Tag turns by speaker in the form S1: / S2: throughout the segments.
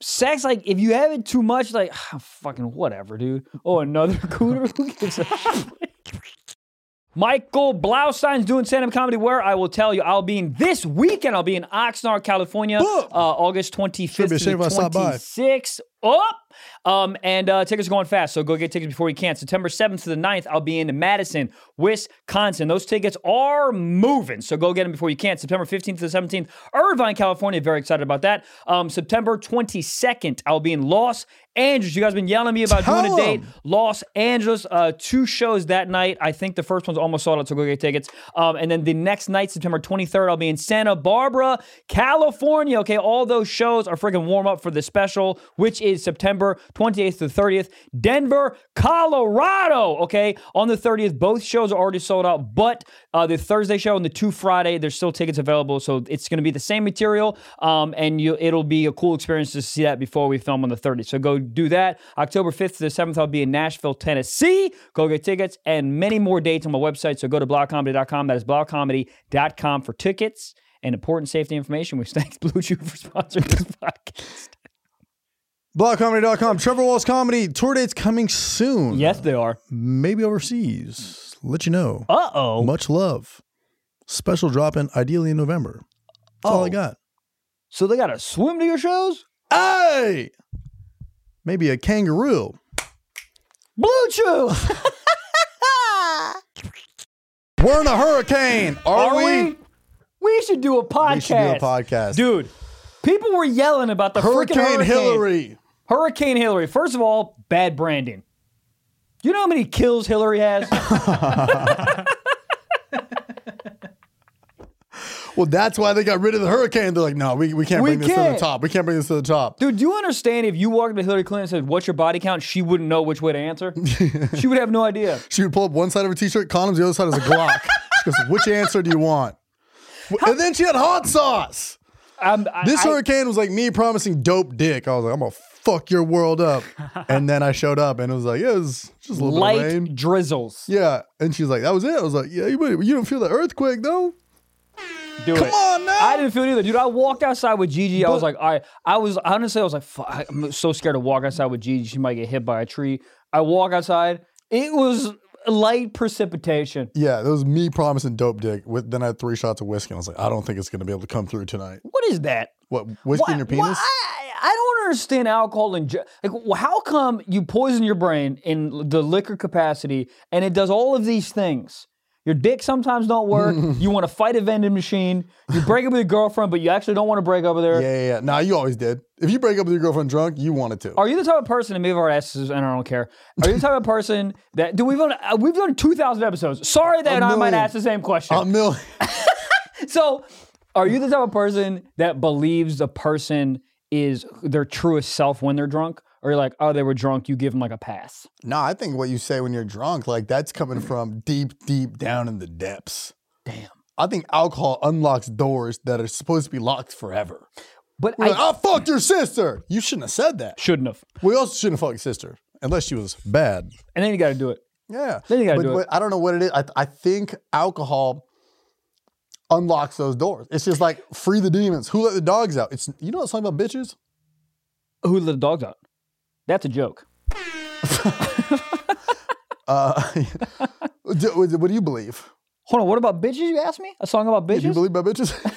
S1: Sex, like, if you have it too much, like, ah, fucking whatever, dude. Oh, another cooter? Who gives a shit? Michael Blaustein's doing stand up comedy where I will tell you I'll be in this weekend. I'll be in Oxnard, California, uh, August 25th
S2: Should be a
S1: to
S2: shame
S1: the
S2: if I stop by.
S1: 26th. Up! Um, and uh, tickets are going fast, so go get tickets before you can. September 7th to the 9th, I'll be in Madison, Wisconsin. Those tickets are moving, so go get them before you can. September 15th to the 17th, Irvine, California. Very excited about that. Um, September 22nd, I'll be in Los Angeles. You guys been yelling at me about
S2: Tell
S1: doing a
S2: 'em.
S1: date. Los Angeles, uh, two shows that night. I think the first one's almost sold out, so go get tickets. Um, and then the next night, September 23rd, I'll be in Santa Barbara, California. Okay, all those shows are freaking warm up for the special, which is September 28th to 30th, Denver, Colorado. Okay, on the 30th, both shows are already sold out, but uh, the Thursday show and the two Friday, there's still tickets available, so it's going to be the same material, um, and you, it'll be a cool experience to see that before we film on the 30th. So go do that. October 5th to the 7th, I'll be in Nashville, Tennessee. Go get tickets and many more dates on my website. So go to blogcomedy.com. That is blogcomedy.com for tickets and important safety information. We thank Blue Chew for sponsoring this podcast.
S2: Blogcomedy.com. Trevor Walls Comedy. Tour dates coming soon.
S1: Yes, they are.
S2: Maybe overseas. Let you know.
S1: Uh oh.
S2: Much love. Special drop in ideally in November. That's all I
S1: Oh.
S2: got.
S1: So they got to swim to your shows?
S2: Hey! Maybe a kangaroo.
S1: Blue Chew.
S2: We're in a hurricane. Are, we?
S1: We should do a podcast.
S2: We should do a podcast.
S1: Dude, people were yelling about the freaking
S2: hurricane,
S1: hurricane
S2: Hillary.
S1: Hurricane Hillary. First of all, bad branding. You know how many kills Hillary has?
S2: Well, that's why they got rid of the hurricane. They're like, no, we, we can't
S1: We
S2: bring this to
S1: can't.
S2: the top. We can't bring this to the top.
S1: Dude, do you understand if you walked up to Hillary Clinton and said, What's your body count? She wouldn't know which way to answer. she would have no idea.
S2: She would pull up one side of her t-shirt, condoms, the other side is a Glock. she goes, which answer do you want? And then she had hot sauce.
S1: I'm, I,
S2: This
S1: I-
S2: hurricane was like me promising dope dick. I was like, I'm gonna fuck your world up. and then I showed up and it was like, yeah, it was just a little bit of
S1: light
S2: rain.
S1: drizzles.
S2: Yeah. And she's like, that was it. I was like, yeah, you, you don't feel the earthquake though?
S1: Do
S2: Come
S1: it.
S2: on now.
S1: I didn't feel it either, dude. I walked outside with Gigi. I was like, all right. I was honestly, I was like, Fuck, I'm so scared to walk outside with Gigi. She might get hit by a tree. I walk outside. It was light precipitation.
S2: yeah, that was me promising dope dick. With then I had three shots of whiskey. And I was like, I don't think it's gonna be able to come through tonight.
S1: What is that?
S2: What whiskey in your
S1: Why- why-
S2: penis?
S1: I, I don't understand alcohol and ge- like. wh- How come you poison your brain in l- the liquor capacity, and it does all of these things? Your dick sometimes don't work. you want to fight a vending machine. You break up with your girlfriend, but you actually don't want to break up with her.
S2: Yeah, yeah, yeah. Nah, you always did. If you break up with your girlfriend drunk, you wanted to.
S1: Are you the type of person, and maybe I've already asked this, and I don't care. Are you the type of person that, dude, we've done, uh, we've done 2,000 episodes. Sorry that I might
S2: million.
S1: ask the same question.
S2: a million.
S1: so, are you the type of person that believes the person is their truest self when they're drunk? Or you're like, oh, they were drunk, you give them like a pass?
S2: No, I think what you say when you're drunk, like that's coming from deep, deep down in the depths.
S1: Mm. Damn.
S2: I think alcohol unlocks doors that are supposed to be locked forever.
S1: But
S2: We're like,
S1: I
S2: I fucked your sister. You shouldn't have said that.
S1: shouldn't have.
S2: We also shouldn't fuck your sister unless she was bad.
S1: And then you got to do it.
S2: Yeah.
S1: Then you gotta
S2: but,
S1: do it.
S2: but I don't know what it is. I, I think alcohol unlocks those doors. It's just like free the demons. Who let the dogs out? It's you know what song about bitches?
S1: Who let the dogs out? That's a joke.
S2: Uh, do- what do what do you believe?
S1: Hold on, what about bitches? You asked me? A song about
S2: Do you
S1: bitches?
S2: believe about bitches?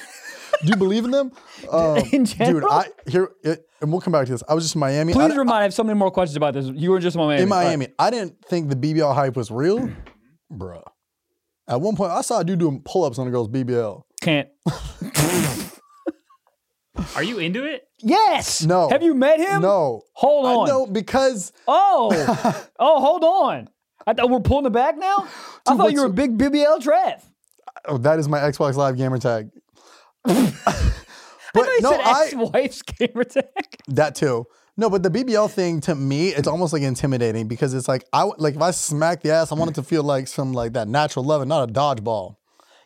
S2: Do you believe in them? Um,
S1: In
S2: Dude,
S1: general?
S2: I here it, and we'll come back to this. I was just in Miami. I,
S1: Please
S2: di-
S1: remind I have so many more questions about this. You were just in Miami.
S2: in
S1: All right.
S2: Miami. I didn't think the BBL hype was real, bruh. At one point, I saw a dude doing pull-ups on a girl's BBL.
S1: Can't.
S3: Are you into it?
S1: Yes.
S2: No.
S1: Have you met him?
S2: No,
S1: Um, Hold on.
S2: I know because
S1: Oh. oh, hold on. I thought we're pulling it back now. I thought you were a big BBL Trev.
S2: oh, that is my Xbox Live gamer tag. But
S1: He
S2: no,
S1: said
S2: I
S1: ex-wife's gamer tag.
S2: that too. No, but the BBL thing to me, it's almost like intimidating because it's like I w- like if I smack the ass, I want it to feel like some like that natural love and not a dodgeball.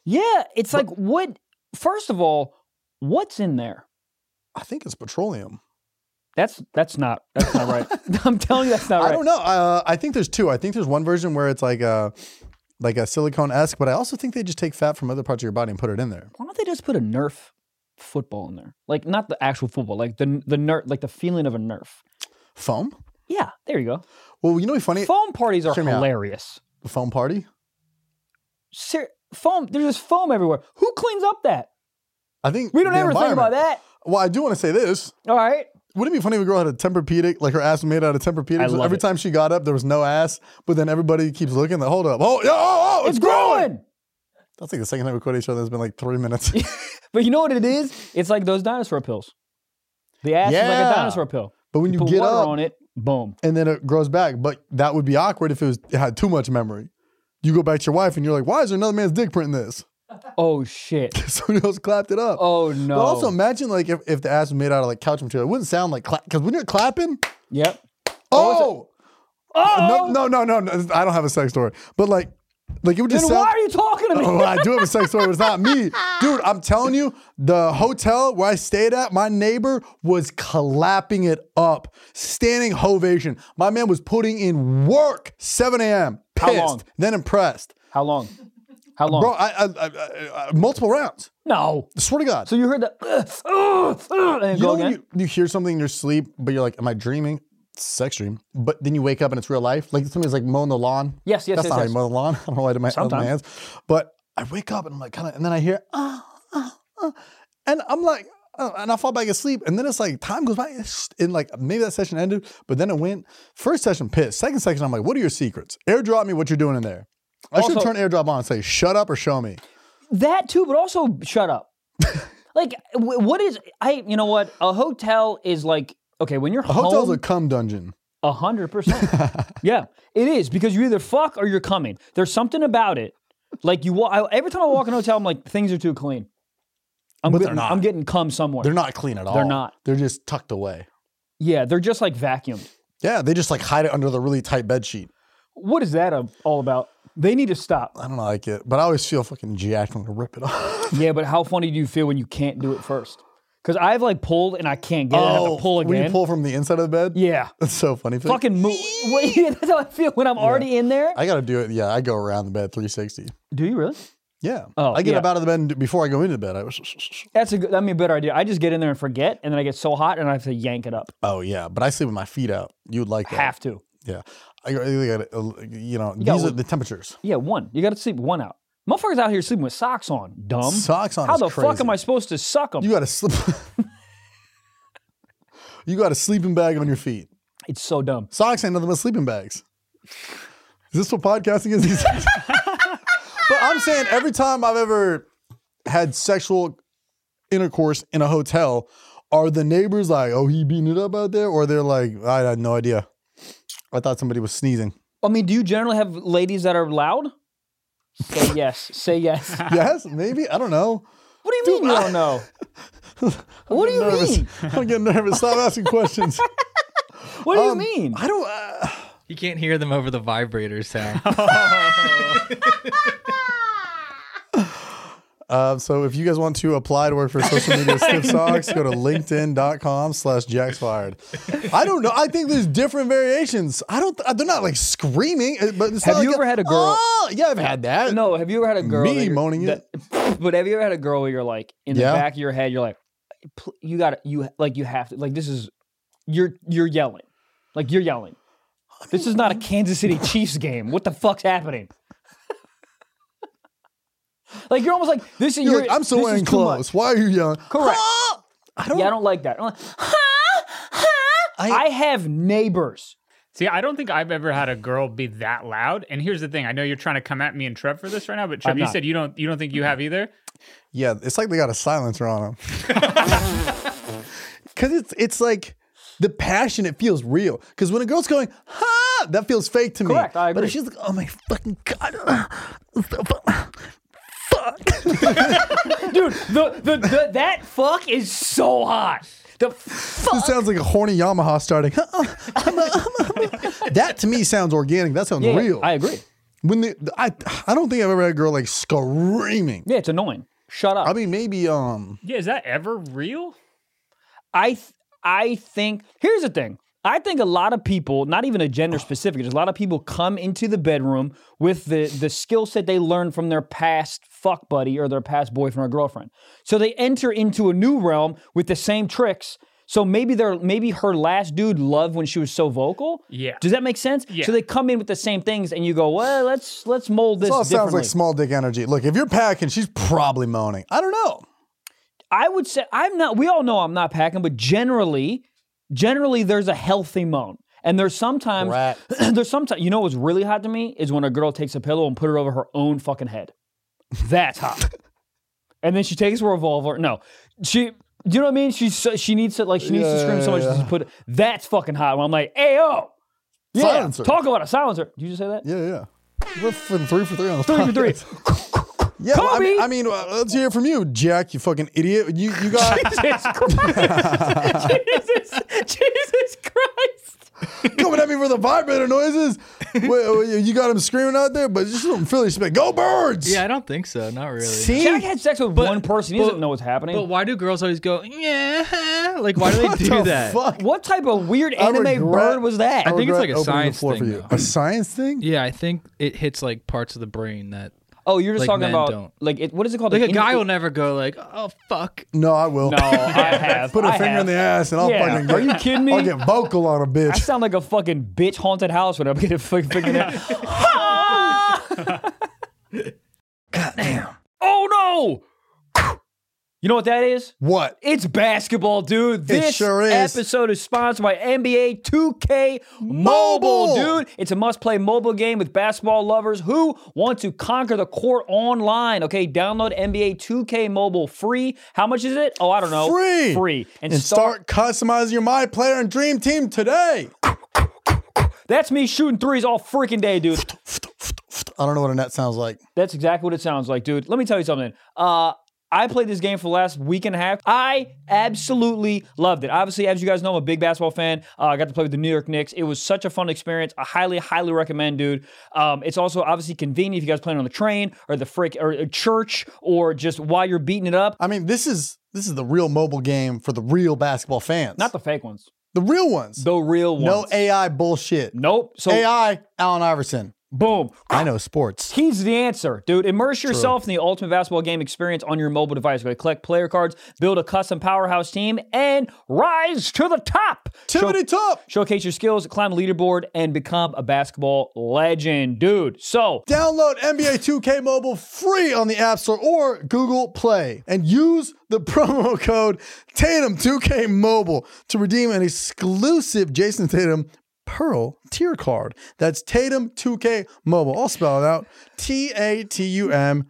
S1: Yeah, it's like what. First of all, what's in there?
S2: I think it's petroleum.
S1: That's that's not that's not right. I'm telling you, that's not right.
S2: I don't know. Uh, I think there's two. I think there's one version where it's like a like a silicone esque, but I also think they just take fat from other parts of your body and put it in there.
S1: Why don't they just put a Nerf football in there? Like not the actual football, like the the Nerf, like the feeling of a Nerf.
S2: Foam.
S1: Yeah, there you go.
S2: Well, you know, what's funny
S1: Foam parties are
S2: hear me out.
S1: hilarious.
S2: foam party.
S1: Ser- foam, there's just foam everywhere. Who cleans up that?
S2: I think
S1: We don't
S2: the
S1: ever think about
S2: environment-
S1: that.
S2: Well, I do want to say this.
S1: All right.
S2: Wouldn't it be funny if a girl had a Tempur-Pedic, like her ass was made out of
S1: I
S2: Tempur-Pedic? So
S1: love
S2: every
S1: it.
S2: time she got up, there was no ass, but then everybody keeps looking. Like, hold up, oh, yeah, oh, oh, it's, growing. That's like the second time we quote each other. It's been like three minutes.
S1: But you know what it is? It's like those dinosaur pills. The ass is like
S2: Yeah.
S1: a dinosaur pill.
S2: but when you,
S1: Put
S2: get
S1: water
S2: up
S1: on it, boom.
S2: and then it grows back, but that would be awkward if it, was, it had too much memory. You go back to your wife and you're like, why is there another man's dick print in this?
S1: Oh shit.
S2: Somebody else clapped it up.
S1: Oh no.
S2: But also imagine like if, if the ass was made out of like couch material, it wouldn't sound like clap because when you're clapping,
S1: yep.
S2: oh,
S1: Oh.
S2: no, no, no, no, no, I don't have a sex story, but like, like it would
S1: Then
S2: just
S1: why
S2: sound.
S1: are you talking to me?
S2: Oh, I do have a sex story, but it's not me. Dude, I'm telling you, the hotel where I stayed at, my neighbor was clapping it up, standing ovation. My man was putting in work, 7 a.m.,
S1: How
S2: pissed,
S1: long?
S2: then impressed.
S1: How long? How long?
S2: Bro, I, I, I, I, I- multiple rounds.
S1: no.
S2: Swear to God.
S1: So you heard the uh, uh, uh, and
S2: you
S1: go
S2: know
S1: again.
S2: when you, you hear something in your sleep, but you're like, am I dreaming? It's a Sex dream. But then you wake up and it's real life. Like somebody's like mowing the lawn.
S1: yes, yes,
S2: That's
S1: yes.
S2: not how
S1: yes.
S2: you mow the lawn. I don't know why I did my, with my
S1: Sometimes.
S2: hands. But I wake up and I'm like, kind of, and then I hear, ah, ah, ah. and I'm like, oh, and I fall back asleep. And then it's like, time goes by. It's- And like, maybe that session ended, but then it went. First session, pissed. Second session, I'm like, what are your secrets? Airdrop me what you're doing in there. I should
S1: Also-
S2: turn airdrop on and say, shut up or show me.
S1: That too, but also shut up. like, w- what is I? You know what? A hotel is like okay when you're
S2: A hotel's
S1: home.
S2: a cum dungeon.
S1: A hundred percent. Yeah, it is because you either fuck or you're coming. There's something about it. Like you, wa- I, every time I walk in a hotel, I'm like, things are too clean. I'm
S2: But they're
S1: getting,
S2: not.
S1: I'm getting cum somewhere.
S2: They're not clean at all.
S1: not.
S2: They're just tucked away.
S1: yeah, they're just like vacuumed.
S2: Yeah, they just like hide it under the really tight bed sheet.
S1: What is that um, all about? They need to stop.
S2: I don't like it, but I always feel fucking jacked when I rip it off.
S1: Yeah, but how funny do you feel when you can't do it first? Because I've like pulled and I can't get it. I have to pull
S2: Oh, when
S1: again.
S2: you pull from the inside of the bed,
S1: yeah,
S2: That's so funny. It's like,
S1: fucking move. Wait, that's how I feel when I'm already in there.
S2: I gotta do it. Yeah, I go around the bed 360.
S1: do you really?
S2: Yeah.
S1: Oh,
S2: I get
S1: yeah.
S2: up out of the bed and do- before I go into bed. I was,
S1: That's a good. That'd be a better idea. I just get in there and forget, and then I get so hot and I have to yank it up.
S2: oh yeah, but I sleep with my feet out. You would like that.
S1: Have to.
S2: Yeah. I got, you know,
S1: got
S2: these are
S1: one-
S2: the temperatures.
S1: Yeah, one. You got to sleep one out. Motherfuckers out here sleeping with socks on. Dumb.
S2: Socks on.
S1: How
S2: is
S1: the fuck
S2: crazy.
S1: am I supposed to suck them?
S2: You got a slip. you got a sleeping bag on your feet.
S1: it's so dumb.
S2: Socks ain't nothing but sleeping bags. Is this what podcasting is? these days? but I'm saying every time I've ever had sexual intercourse in a hotel, are the neighbors like, "Oh, he beating it up out there," or they're like, "I had no idea. I thought somebody was sneezing."
S1: I mean, do you generally have ladies that are loud? Say yes. Say yes. What
S2: yes, maybe I don't know.
S1: do you mean you don't know? what do you
S2: Nervous.
S1: mean?
S2: I'm getting nervous. Stop asking questions.
S1: What do
S2: Um,
S1: you mean?
S2: I don't. Uh,
S3: You can't hear them over the vibrator sound.
S2: Uh, so if you guys want to apply to work for social media stiff socks, go to linkedin.com slash jacksfired. I don't know. I think there's different variations. I don't, they're not like screaming, uh, but it's
S1: Have
S2: not
S1: you
S2: like
S1: ever had a girl-
S2: "Oh!" yeah, I've had that.
S1: no, have you ever had a girl?
S2: me
S1: that you're-
S2: moaning
S1: that- But have you ever had a girl where you're like, in the
S2: Yeah.
S1: back of your head, you're like, "Pl- you got to you like, you have to like, this is, you're you're yelling, like you're yelling. This is not a Kansas City Chiefs game. What the fuck's happening? like you're almost like this is.
S2: You're
S1: You're,
S2: like, I'm still
S1: this is
S2: wearing
S1: too much."
S2: clothes. Why are you yelling?
S1: Correct.
S2: "Ah!" I don't,
S1: Yeah, I don't like that. I'm like, "Huh? Huh?"
S2: I-
S1: I have neighbors.
S4: See, I don't think I've ever had a girl be that loud. And here's the thing: I know you're trying to come at me and Trev for this right now, but Trev,
S1: I'm
S4: you
S1: not.
S4: said you don't you don't think you have either.
S2: Yeah, it's like they got a silencer on them. Cause it's it's like the passion, it feels real. Cause when a girl's going, ha, that feels fake to me.
S1: Correct, I
S2: But
S1: agree.
S2: if she's like, oh my fucking god, uh, fuck, fuck.
S1: dude. The, the the that fuck is so hot. The
S2: This
S1: fuck.
S2: sounds like a horny Yamaha starting. uh, I'm a- I'm a- that to me sounds organic. That sounds
S1: Yeah,
S2: real.
S1: I agree.
S2: when the, I I don't think I've ever had a girl like screaming.
S1: Yeah, it's annoying. Shut up.
S2: I mean, maybe um
S4: Yeah, is that ever real?
S1: I th- I think here's the thing. I think a lot of people, not even a gender specific, just a lot of people come into the bedroom with the the skill set they learned from their past fuck buddy or their past boyfriend or girlfriend. So they enter into a new realm with the same tricks. So maybe they're maybe her last dude loved when she was so vocal.
S4: Yeah.
S1: Does that make sense?
S4: Yeah.
S1: So they come in with the same things, and you go, well, let's let's mold this.
S2: this all sounds
S1: differently.
S2: like small dick energy. Look, if you're packing, she's probably moaning. I don't know.
S1: I would say I'm not. We all know I'm not packing, but generally, generally there's a healthy moan, and there's sometimes
S2: Right.
S1: there's sometimes you know what's really hot to me is when a girl takes a pillow and put it over her own fucking head. That's hot. and then she takes a revolver. No, she. Do you know what I mean? She's so, she needs to like she needs to
S2: Yeah,
S1: scream so
S2: yeah,
S1: much.
S2: yeah.
S1: She put that's fucking hot. When I'm like, ayo, yeah,
S2: Silencer.
S1: talk about a silencer. Did you just say that?
S2: Yeah, yeah. We're from three for three on the
S1: Three for three.
S2: Yeah, well, I
S1: Kobe!
S2: mean, I mean, uh, let's hear from you, Jack. You fucking idiot. You you got.
S1: Jesus Christ. Jesus, Jesus Christ.
S2: coming at me for the vibrator noises. Wait, wait, you got him screaming out there, but just some Philly spit. Go birds!
S3: Yeah, I don't think so. Not really.
S2: See,
S1: Jack had sex with one person. He doesn't
S3: but-
S1: know what's happening.
S3: But why do girls always go, yeah? Like, why do they
S2: What
S3: do
S2: the
S3: that?
S2: Fuck?
S1: what type of weird anime
S2: regret-
S1: bird was that?
S3: I think it's
S2: regret
S3: like a
S2: opening the
S3: science
S2: floor
S3: thing,
S2: for you.
S3: though.
S2: A science thing?
S3: Yeah, I think it hits like parts of the brain that.
S1: oh, you're just
S3: like
S1: talking
S3: men
S1: about
S3: don't.
S1: like it, what is it called?
S3: Like a
S1: An
S3: guy
S1: in-
S3: will never go like, oh fuck.
S2: No, I will.
S1: No, I have.
S2: Put a
S1: I
S2: finger
S1: have.
S2: in the ass and I'll
S1: Yeah.
S2: fucking.
S1: Are you kidding me?
S2: I'll get vocal on a
S1: I
S2: bitch.
S1: sound like a fucking bitch haunted house when I'm getting fucking figured out. Goddamn! Oh no! You know what that is?
S2: What?
S1: It's basketball, dude. This
S2: sure is.
S1: episode is sponsored by NBA 2K Mobile,
S2: Mobile.
S1: dude. It's a must-play mobile game with basketball lovers who want to conquer the court online. Okay, download NBA 2K Mobile free. How much is it? Oh, I don't know.
S2: Free.
S1: Free. And,
S2: And
S1: start.
S2: start customizing your my player and dream team today.
S1: That's me shooting threes all freaking day, dude.
S2: I don't know what a net sounds like.
S1: That's exactly what it sounds like, dude. Let me tell you something. Uh, I played this game for the last week and a half. I absolutely loved it. Obviously, as you guys know, I'm a big basketball fan. Uh, I got to play with the New York Knicks. It was such a fun experience. I highly, highly recommend, dude. Um, it's also obviously convenient if you guys playing on the train or the frick or uh, church or just while you're beating it up.
S2: I mean, this is this is the real mobile game for the real basketball fans.
S1: Not the fake ones,
S2: the real ones.
S1: the real ones.
S2: no AI bullshit.
S1: Nope. So
S2: AI, Allen Iverson.
S1: boom.
S2: I know sports.
S1: He's the answer, dude. Immerse yourself in the ultimate basketball game experience on your mobile device. Go collect player cards, build a custom powerhouse team, and rise to the top.
S2: Tippity top.
S1: Showcase your skills, climb a leaderboard, and become a basketball legend, dude. So,
S2: Download NBA 2K Mobile free on the App Store or Google Play and use the promo code Tatum2K Mobile to redeem an exclusive Jason Tatum Pearl tier card. That's Tatum2K Mobile. I'll spell it out T A T U M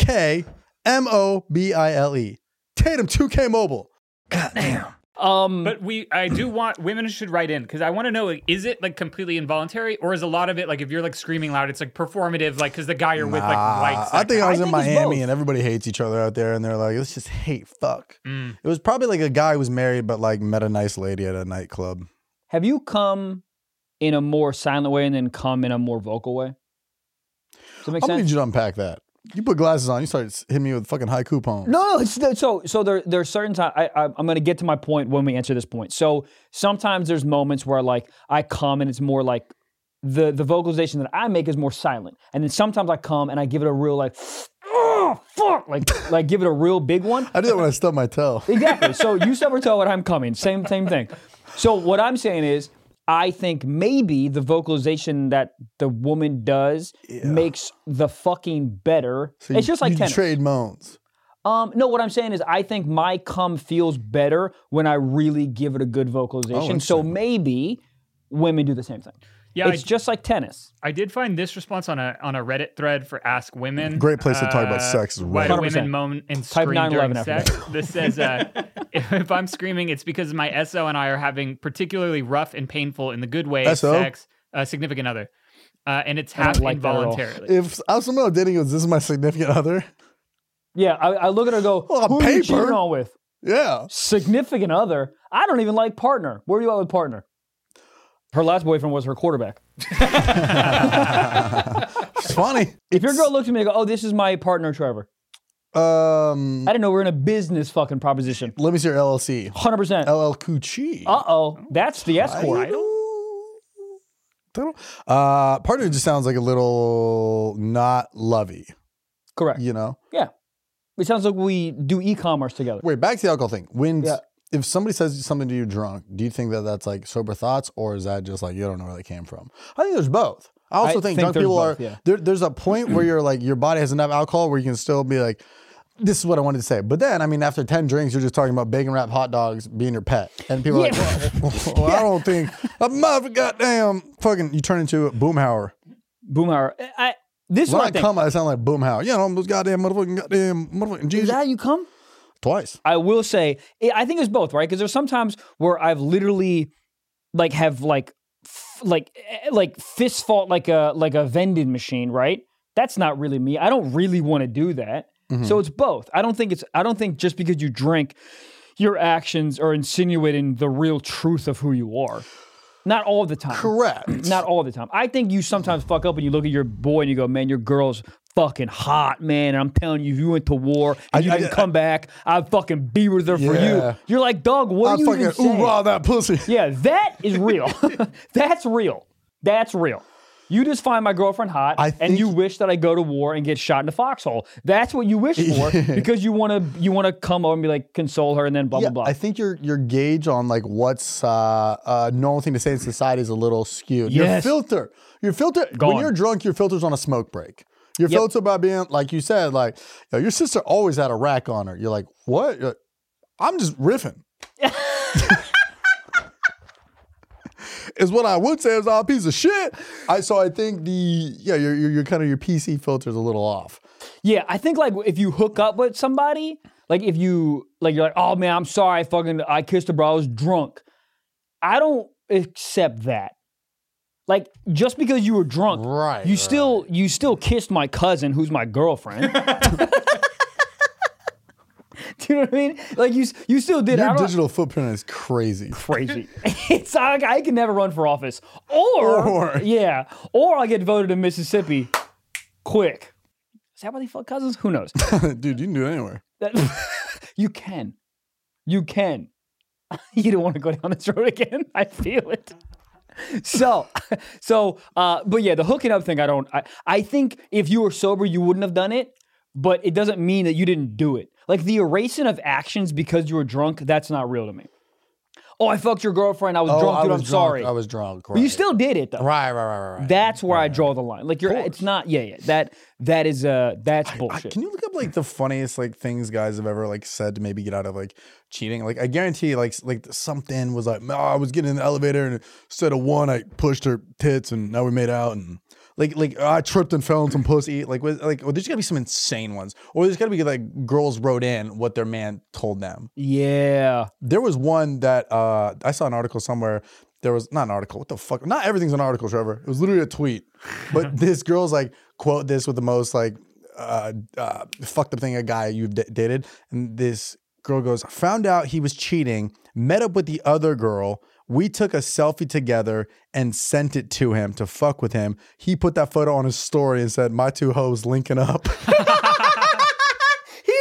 S2: 2K M O B I L E. Tatum2K Mobile. Mm.
S1: um,
S4: But we, I do want women should write in because I want to know: like, is it like completely involuntary, or is a lot of it like if you're like screaming loud, it's like performative, like because the guy you're with like likes.
S2: I
S4: that
S2: think I was
S1: I
S2: in
S1: think it's
S2: Miami
S1: both.
S2: and everybody hates each other out there, and they're like, "Let's just hate fuck."
S1: Mm.
S2: It was probably like a guy who was married but like met a nice lady at a nightclub.
S1: have you come in a more silent way and then come in a more vocal way? Does that make
S2: I'm gonna
S1: sense?
S2: need you to unpack that. You put glasses on, you start s- hitting me with fucking haiku poems.
S1: No, no, it's the, so so there there's certain times I, I I'm gonna get to my point when we answer this point. So sometimes there's moments where like I come and it's more like the the vocalization that I make is more silent, and then sometimes I come and I give it a real like oh fuck like like give it a real big one.
S2: I do that when I stub my toe.
S1: Exactly. So you stub or toe and I'm coming. Same same thing. So what I'm saying is I think maybe the vocalization that the woman does makes the fucking better.
S2: So
S1: it's
S2: you-
S1: just like
S2: you
S1: tennis.
S2: trade moans.
S1: Um, no, what I'm saying is I think my cum feels better when I really give it a good
S2: Oh,
S1: vocalization. so maybe women do the same thing.
S4: Yeah,
S1: it's
S4: I-
S1: just like tennis.
S4: I did find this response on a on a Reddit thread for Ask Women.
S2: Great place to talk
S1: Uh,
S2: about sex is
S4: Why
S2: Reddit.
S1: 100%.
S4: do women moan and
S1: Type
S4: scream during
S1: 9/11 after
S4: sex? This says, uh, if, if I'm screaming, it's because my SO and I are having particularly rough and painful, in the good way,
S2: SO?
S4: sex, uh, significant other. uh, and it's half
S1: like that at all.
S4: involuntarily.
S2: If I was someone I'm dating, it was, this is my significant other.
S1: Yeah, I, I look at her and go,
S2: Well, on
S1: who are you
S2: paper.
S1: cheating on with?
S2: Yeah.
S1: Significant other. I don't even like partner. Where are you at with partner? Her last boyfriend was her quarterback.
S2: It's funny.
S1: If your girl looked at me and go, oh, this is my partner, Trevor.
S2: Um,
S1: I didn't know we are in a business fucking proposition.
S2: let me see your LLC.
S1: 100%.
S2: LL Coochie.
S1: Uh oh, that's the
S2: I
S1: escort.
S2: don't- I don't- Uh, partner just sounds like a little not lovey,
S1: Correct.
S2: you know?
S1: It sounds like we do e-commerce together.
S2: Wait, back to the alcohol thing. When
S1: Yeah.
S2: if somebody says something to you drunk, do you think that that's like sober thoughts, or is that just like you don't know where they came from? I think there's both. I also
S1: I
S2: think,
S1: think
S2: drunk
S1: there's
S2: people
S1: both,
S2: are.
S1: yeah.
S2: There, there's a point where you're like your body has enough alcohol where you can still be like, this is what I wanted to say. But then, I mean, after ten drinks, you're just talking about bacon wrap hot dogs being your pet, and people are like, well, I don't think a mother goddamn fucking. You turn into a Boomhauer.
S1: Boomer, I, I- this is
S2: When I
S1: my thing.
S2: come, I sound like Boomhauer. You know, those goddamn motherfucking goddamn motherfucking
S1: Is
S2: Jesus.
S1: that how you come?
S2: Twice.
S1: I will say, I I think it's both, right? Because there's sometimes where I've literally, like, have like, f- like, eh, like fist fought like a like a vending machine, right? That's not really me. I don't really want to do that.
S2: Mm-hmm.
S1: So it's both. I don't think it's. I don't think just because you drink, your actions are insinuating the real truth of who you are. Not all the time.
S2: Correct.
S1: Not all the time. I think you sometimes fuck up and you look at your boy and you go, man, your girl's fucking hot, man. And I'm telling you, if you went to war and you
S2: I-
S1: didn't come back, I'd fucking be with her for
S2: Yeah.
S1: you. You're like, dog, what
S2: I
S1: are you even
S2: fucking ooh
S1: saying?
S2: raw that pussy.
S1: Yeah, that is real. That's real. That's real. You just find my girlfriend hot,
S2: I
S1: and
S2: think-
S1: you wish that I go to war and get shot in the foxhole. That's what you wish for because you want to you want to come over and be like console her and then blah
S2: Yeah,
S1: blah blah.
S2: I think your your gauge on like what's uh, a normal thing to say in society is a little skewed. Your
S1: Yes.
S2: filter, your filter.
S1: Gone.
S2: When you're drunk, your filter's on a smoke break. Your
S1: Yep.
S2: filter by being like you said, like Yo, your sister always had a rack on her. You're like, what? You're like, I'm just riffing. Is what I would say is I'm a piece of shit. I so I think the yeah your your, your kind of your PC filter's a little off.
S1: Yeah, I think like if you hook up with somebody, like if you like you're like, oh man, I'm sorry, I fucking I kissed her, bro. I was drunk. I don't accept that. Like just because you were drunk,
S2: Right,
S1: You
S2: right.
S1: still you still kissed my cousin, who's my girlfriend. Do you know what I mean? Like you s- you still did. it. I
S2: Your
S1: don't-
S2: digital footprint is crazy.
S1: crazy. it's like I can never run for office. Or,
S2: Or-
S1: yeah, or I get voted in Mississippi quick. Is that why they fuck cousins? Who knows?
S2: Dude, you can do it anywhere.
S1: That- you can. You can. You don't want to go down this road again. I feel it. So, so, uh, but yeah, the hooking up thing, I don't, I, I think if you were sober, you wouldn't have done it, but it doesn't mean that you didn't do it. Like the erasing of actions because you were drunk, that's not real to me. Oh, I fucked your girlfriend. I was
S2: Oh,
S1: drunk,
S2: I
S1: dude.
S2: was
S1: I'm
S2: drunk.
S1: sorry.
S2: I was drunk.
S1: but you
S2: right.
S1: still did it though.
S2: Right, right, right, right, right.
S1: That's where I draw the line. Like you're, it's not, yeah, yeah. That, that is, uh, that's
S2: I-
S1: bullshit.
S2: can you look up like the funniest like things guys have ever like said to maybe get out of like cheating? Like I guarantee like s- like something was like, no, I was getting in the elevator and instead of one, I pushed her tits and now we made out and like like I tripped and fell on some pussy. Like with, like well, there's gotta be some insane ones, or there's gotta be like girls wrote in what their man told them.
S1: yeah.
S2: There was one that uh, I saw an article somewhere. There was not an article. What the fuck? Not everything's an article, Trevor. It was literally a tweet. But this girl's like quote this with the most like uh, uh, fucked up thing a guy you've d- dated, and this girl goes, found out he was cheating, met up with the other girl. We took a selfie together and sent it to him to fuck with him. He put that photo on his story and said, "My two hoes linking up."
S1: He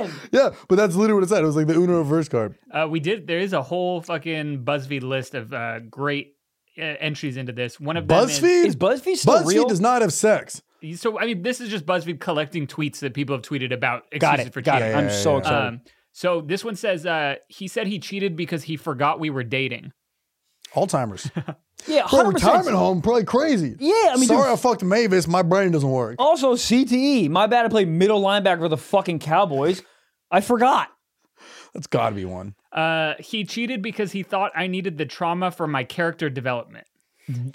S1: won.
S2: yeah, but that's literally what it said. It was like the Uno reverse card.
S4: Uh, we did. There is a whole fucking BuzzFeed list of uh, great uh, entries into this. One of them
S2: BuzzFeed.
S1: Is BuzzFeed still
S2: BuzzFeed
S1: real?
S2: does not have sex.
S4: is so. I mean, this is just BuzzFeed collecting tweets that people have tweeted about excuses
S1: got it.
S4: for
S1: got
S4: cheating.
S1: it. I'm
S2: Yeah,
S1: so
S2: yeah,
S1: excited.
S4: Um, so this one says uh, he said he cheated because he forgot we were dating.
S2: Alzheimer's.
S1: yeah,
S2: Bro,
S1: 100%.
S2: retirement home, probably crazy.
S1: Yeah, I mean,
S2: sorry
S1: dude- Oh.
S2: I fucked Mavis. My brain doesn't work.
S1: Also, CTE. My bad. I played middle linebacker for the fucking Cowboys. I forgot.
S2: That's got to be one.
S4: Uh, he cheated because he thought I needed the trauma for my character development.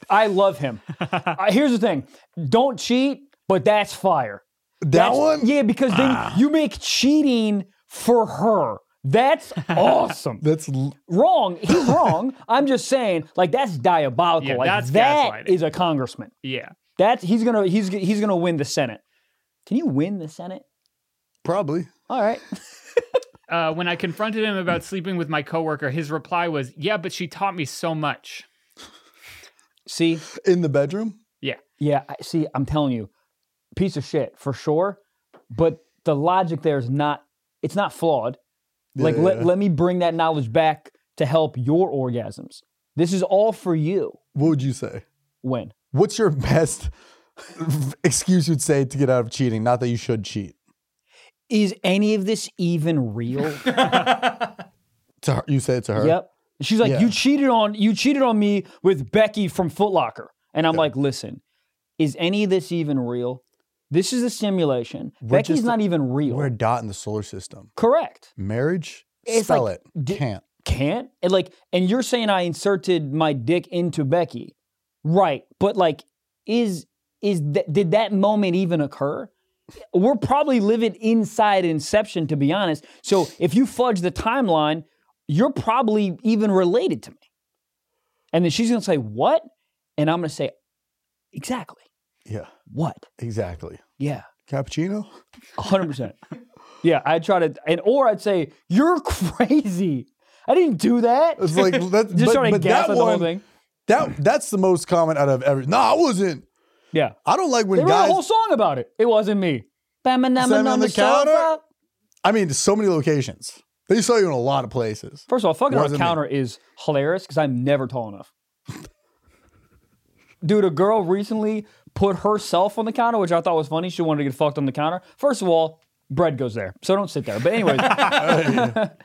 S1: I love him. Uh, here's the thing: don't cheat, but that's fire.
S2: That
S1: That's-
S2: one. Ah.
S1: Yeah, because then you make cheating for her. That's awesome.
S2: That's l-
S1: wrong. He's wrong. I'm just saying, like that's diabolical.
S4: Yeah,
S1: like
S4: that's
S1: that
S4: gaslighting.
S1: is a congressman.
S4: Yeah.
S1: That he's gonna he's he's gonna win the Senate. Can you win the Senate?
S2: Probably.
S1: All right.
S4: Uh, when I confronted him about sleeping with my coworker, his reply was, "Yeah, but she taught me so much."
S1: See,
S2: In the bedroom?
S1: yeah, I- see, I'm telling you, piece of shit for sure. But the logic there is not it's not flawed. like
S2: Yeah,
S1: let,
S2: yeah.
S1: let me bring that knowledge back to help your orgasms. This is all for you.
S2: what would you say?
S1: When
S2: What's your best excuse you'd say to get out of cheating? Not that you should cheat.
S1: is any of this even real?
S2: To her, you say it to her.
S1: Yep. She's like,
S2: Yeah.
S1: you cheated on you cheated on me with Becky from Foot Locker. And I'm like, listen, is any of this even real? This is a simulation.
S2: We're
S1: Becky's
S2: just-
S1: not even real.
S2: We're a dot in the solar system.
S1: Correct.
S2: Marriage?
S1: It's
S2: Spell
S1: like-
S2: it.
S1: di-
S2: Can't.
S1: Can't and like, and you're saying I inserted my dick into Becky, right? But like, is is that did that moment even occur? We're probably living inside Inception, to be honest. So if you fudge the timeline, you're probably even related to me. And then she's gonna say what, and I'm gonna say exactly
S2: Yeah,
S1: what.
S2: exactly.
S1: Yeah,
S2: Cappuccino?
S1: hundred percent. Yeah, I try to, and or I'd say you're crazy. I didn't do that.
S2: It's like that,
S1: Just
S2: but,
S1: trying to
S2: but that
S1: gaslight the whole
S2: one,
S1: thing.
S2: that that's the most common out of every. No, I wasn't.
S1: Yeah.
S2: I don't like when
S1: They wrote
S2: guys.
S1: a whole song about it. It wasn't me.
S2: Seven
S1: Salmon
S2: on the counter? I mean, so many locations. They saw you in a lot of places.
S1: First of all, fucking on the
S2: Wasn't me.
S1: counter is hilarious because I'm never tall enough. Dude, a girl recently put herself on the counter, which I thought was funny. She wanted to get fucked on the counter. First of all, bread goes there, so don't sit there. But anyways,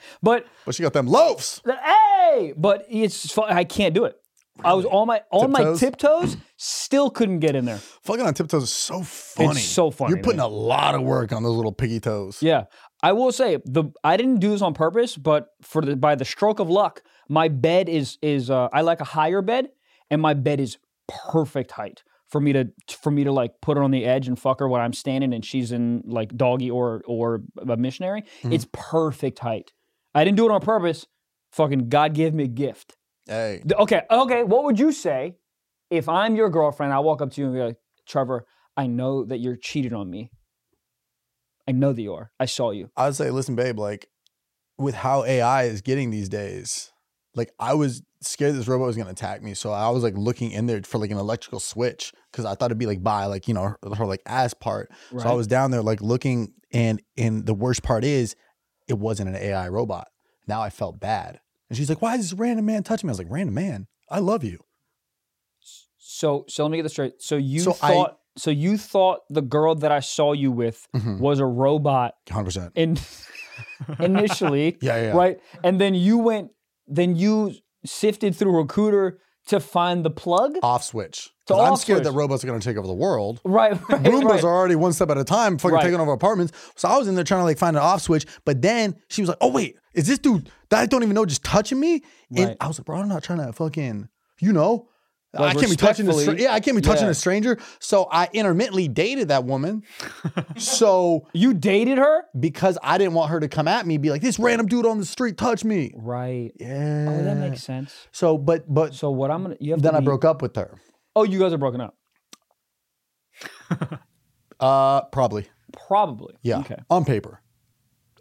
S1: but
S2: But she got them loaves.
S1: hey, but it's fu- I can't do it. I was on my on
S2: Tiptoes?
S1: my tiptoes, still couldn't get in there.
S2: Fucking on tiptoes is so funny.
S1: so funny,
S2: You're putting
S1: man.
S2: a lot of work on those little piggy toes.
S1: Yeah, I will say the I didn't do this on purpose, but for the by the stroke of luck, my bed is is uh, I like a higher bed, and my bed is perfect height for me to for me to like put her on the edge and fuck her when I'm standing and she's in like doggy or or a missionary. It's perfect height. I didn't do it on purpose. Fucking God gave me a gift.
S2: Hey,
S1: Th- Okay, okay. What would you say if I'm your girlfriend? I walk up to you and be like, Trevor, I know that you're cheated on me. I know that you are. I saw you.
S2: I'd say, listen, babe, like with how AI is getting these days, like I was scared this robot was gonna attack me, so I was like looking in there for like an electrical switch because I thought it'd be like by like you know her, her like ass part. So I
S1: Right.
S2: was down there like looking, and and the worst part is it wasn't an AI robot. Now I felt bad, and she's like, "Why is this random man touching me?" I was like, "Random man, I love you."
S1: So, so let me get this straight. So you
S2: So I-
S1: thought, so you thought the girl that I saw you with
S2: Mhm.
S1: was a robot,
S2: Hundred percent.
S1: in, initially,
S2: Yeah, yeah. yeah.
S1: right? And then you went, then you sifted through Recruiter to find the plug,
S2: Off switch.
S1: The
S2: 'Cause I'm
S1: off
S2: scared
S1: switch.
S2: that robots are gonna take over the world.
S1: right? right
S2: Roombas
S1: right.
S2: are already one step at a time, fucking
S1: Right.
S2: taking over apartments. So I was in there trying to like find an off switch, but then she was like, "Oh wait, is this dude that I don't even know just touching me?" And
S1: Right.
S2: I was like, "Bro, I'm not trying to fucking, you know, I can't be touching a str-
S1: respectfully,
S2: yeah, I can't be touching
S1: yeah.
S2: a stranger." So I intermittently dated that woman. so
S1: You dated her,
S2: because I didn't want her to come at me, be like, "This random dude on the street touched me."
S1: right?
S2: Yeah.
S1: Oh, that makes sense.
S2: so, but but
S1: So what I'm gonna you have
S2: then
S1: to
S2: I
S1: be-
S2: broke up with her.
S1: Oh, you guys are broken up.
S2: Uh, probably.
S1: Probably.
S2: Yeah.
S1: Okay.
S2: On paper.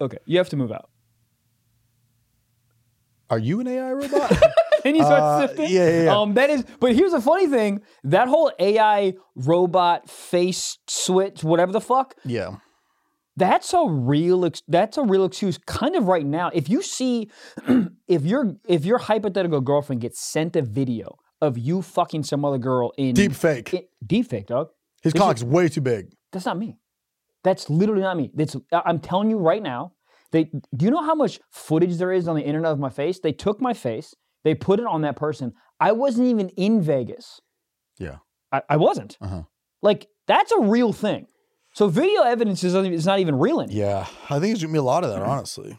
S1: Okay. You have to move out.
S2: Are you an AI robot?
S1: And you start
S2: Uh,
S1: sifting.
S2: yeah, yeah, yeah.
S1: Um, that is. But here's the funny thing: that whole AI robot face switch, whatever the fuck,
S2: yeah.
S1: that's a real. Ex- that's a real excuse, kind of right now. If you see, if your if your hypothetical girlfriend gets sent a video of you fucking some other girl in
S2: Deep fake.
S1: in- deep fake, dog.
S2: His
S1: This is-
S2: cock's way too big.
S1: That's not me. That's literally not me. That's I- I'm telling you right now. They do you know how much footage there is on the internet of my face? They took my face, they put it on that person. I wasn't even in Vegas.
S2: Yeah.
S1: I, I wasn't.
S2: Uh-huh.
S1: Like that's a real thing. So video evidence is, is not even real anymore.
S2: Yeah, I think it's gonna be a lot of that, honestly.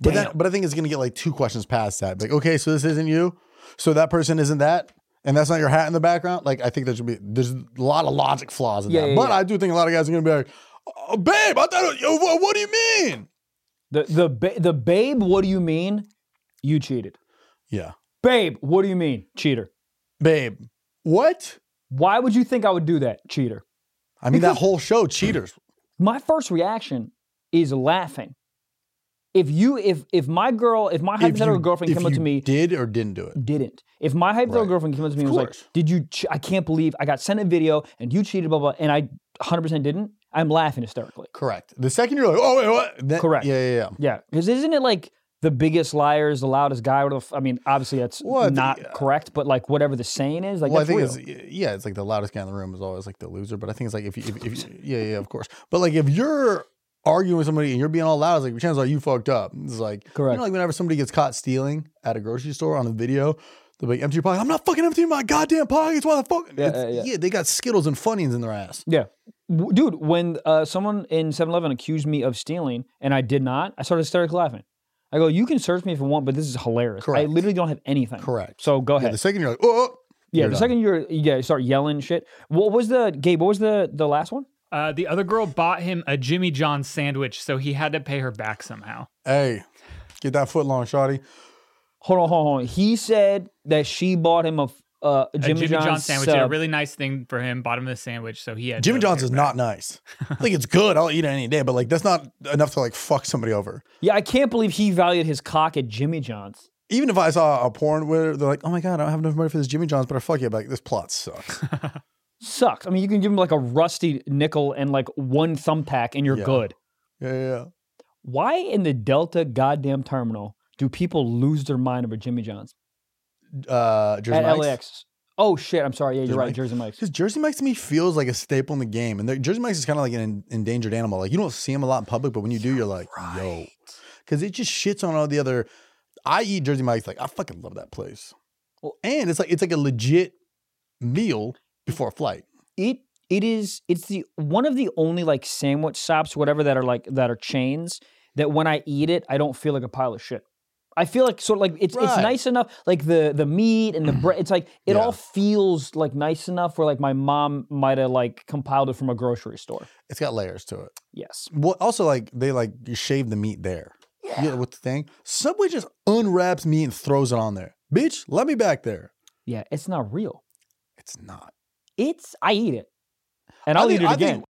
S2: But then,
S1: Mm. Damn.
S2: but I think it's gonna get like two questions past that. Like, okay, so this isn't you, so that person isn't that, and that's not your hat in the background. Like, I think there should be there's a lot of logic flaws in
S1: Yeah,
S2: that.
S1: yeah,
S2: but
S1: yeah.
S2: I do think a lot of guys are gonna be like, oh, "Babe, I thought, yo, what, what do you mean?"
S1: The the ba- the babe, what do you mean? You cheated.
S2: Yeah,
S1: Babe, what do you mean? Cheater.
S2: babe, what?
S1: Why would you think I would do that, cheater?
S2: I mean, that whole show, cheaters.
S1: My first reaction is laughing. If you, if if my girl, if my hypothetical girlfriend
S2: if
S1: came up
S2: you
S1: to me,
S2: did or didn't do it.
S1: didn't. If my hypothetical
S2: Right.
S1: girlfriend came up to me and was like,
S2: course.
S1: "Did you? Ch- I can't believe I got sent a video and you cheated, blah blah," and I 100 percent didn't. I'm laughing hysterically.
S2: Correct. The second you're like, oh wait, what? That-
S1: Correct.
S2: Yeah, yeah, yeah.
S1: Yeah, because isn't it like the biggest liar is the loudest guy? What the f- I mean, obviously that's
S2: Well, I think- uh,
S1: not correct, but like whatever the saying is, like
S2: Well, I
S1: that's
S2: think
S1: real.
S2: it's yeah, it's like the loudest guy in the room is always like the loser. But I think it's like if you, if, if yeah, yeah, of course. But like if you're arguing with somebody and you're being all loud, it's like your chances are you fucked up. It's like You
S1: Correct.
S2: know, like whenever somebody gets caught stealing at a grocery store on a video, they're like empty your pocket. I'm not fucking emptying my goddamn pockets. Why the fuck?
S1: Yeah,
S2: It's-
S1: yeah, yeah.
S2: They got Skittles and Funyuns in their ass.
S1: Yeah. W- Dude, when uh, someone in 7 Eleven accused me of stealing and I did not, I started hysterically laughing. I go, you can search me if you want, but this is hilarious. I
S2: Correct.
S1: literally don't have anything.
S2: Correct.
S1: So go
S2: Yeah,
S1: ahead.
S2: the second you're like, oh, oh,
S1: Yeah,
S2: you're
S1: the
S2: done.
S1: second you're, yeah, you start yelling shit. What was the, Gabe, what was the, the last one?
S4: Uh, the other girl bought him a Jimmy John sandwich, so he had to pay her back somehow.
S2: oh, hey, get that foot long, shotty.
S1: Hold on, hold on. He said that she bought him a, f- uh, a
S4: A
S1: Jimmy,
S4: Jimmy
S1: John's
S4: John sandwich,
S1: sub.
S4: a really nice thing for him, bottom of the sandwich, so he had
S2: Jimmy
S4: to
S2: John's
S4: pay
S2: is
S4: her
S2: not nice. I think it's good. I'll eat it any day, but like that's not enough to like fuck somebody over.
S1: yeah, I can't believe he valued his cock at Jimmy John's.
S2: Even if I saw a porn where they're like, oh my god, I don't have enough money for this Jimmy John's, but I fuck you. But like this plot sucks.
S1: Sucks. I mean, you can give him like a rusty nickel and like one thumbtack and you're
S2: Yeah.
S1: good.
S2: yeah, yeah, yeah.
S1: why in the Delta goddamn terminal do people lose their mind over Jimmy John's
S2: Uh, Jersey
S1: at
S2: Mike's.
S1: LAX? Oh shit! I'm sorry. Yeah, you're
S2: Jersey
S1: right.
S2: Mike's.
S1: Jersey Mike's.
S2: Because Jersey Mike's to me feels like a staple in the game, and they're- Jersey Mike's is kind of like an en- endangered animal. Like you don't see them a lot in public, but when you do, you're like, yo, because it just shits on all the other. I eat Jersey Mike's like I fucking love that place,
S1: Well-
S2: and it's like it's like a legit meal before a flight.
S1: It it is. It's the one of the only like sandwich shops, whatever that are like that are chains that when I eat it, I don't feel like a pile of shit. I feel like sort of like it's it's
S2: Right.
S1: nice enough. Like the the meat and the bread. It's like it
S2: Yeah.
S1: all feels like nice enough where like my mom might have like compiled it from a grocery store.
S2: It's got layers to it.
S1: Yes.
S2: Well, also like they like you shave the meat there. Yeah, with the thing. Subway just unwraps meat and throws it on there. Bitch, let me back there.
S1: Yeah. It's not real.
S2: It's not.
S1: It's I eat it, and I'll
S2: think-
S1: eat it
S2: I
S1: again.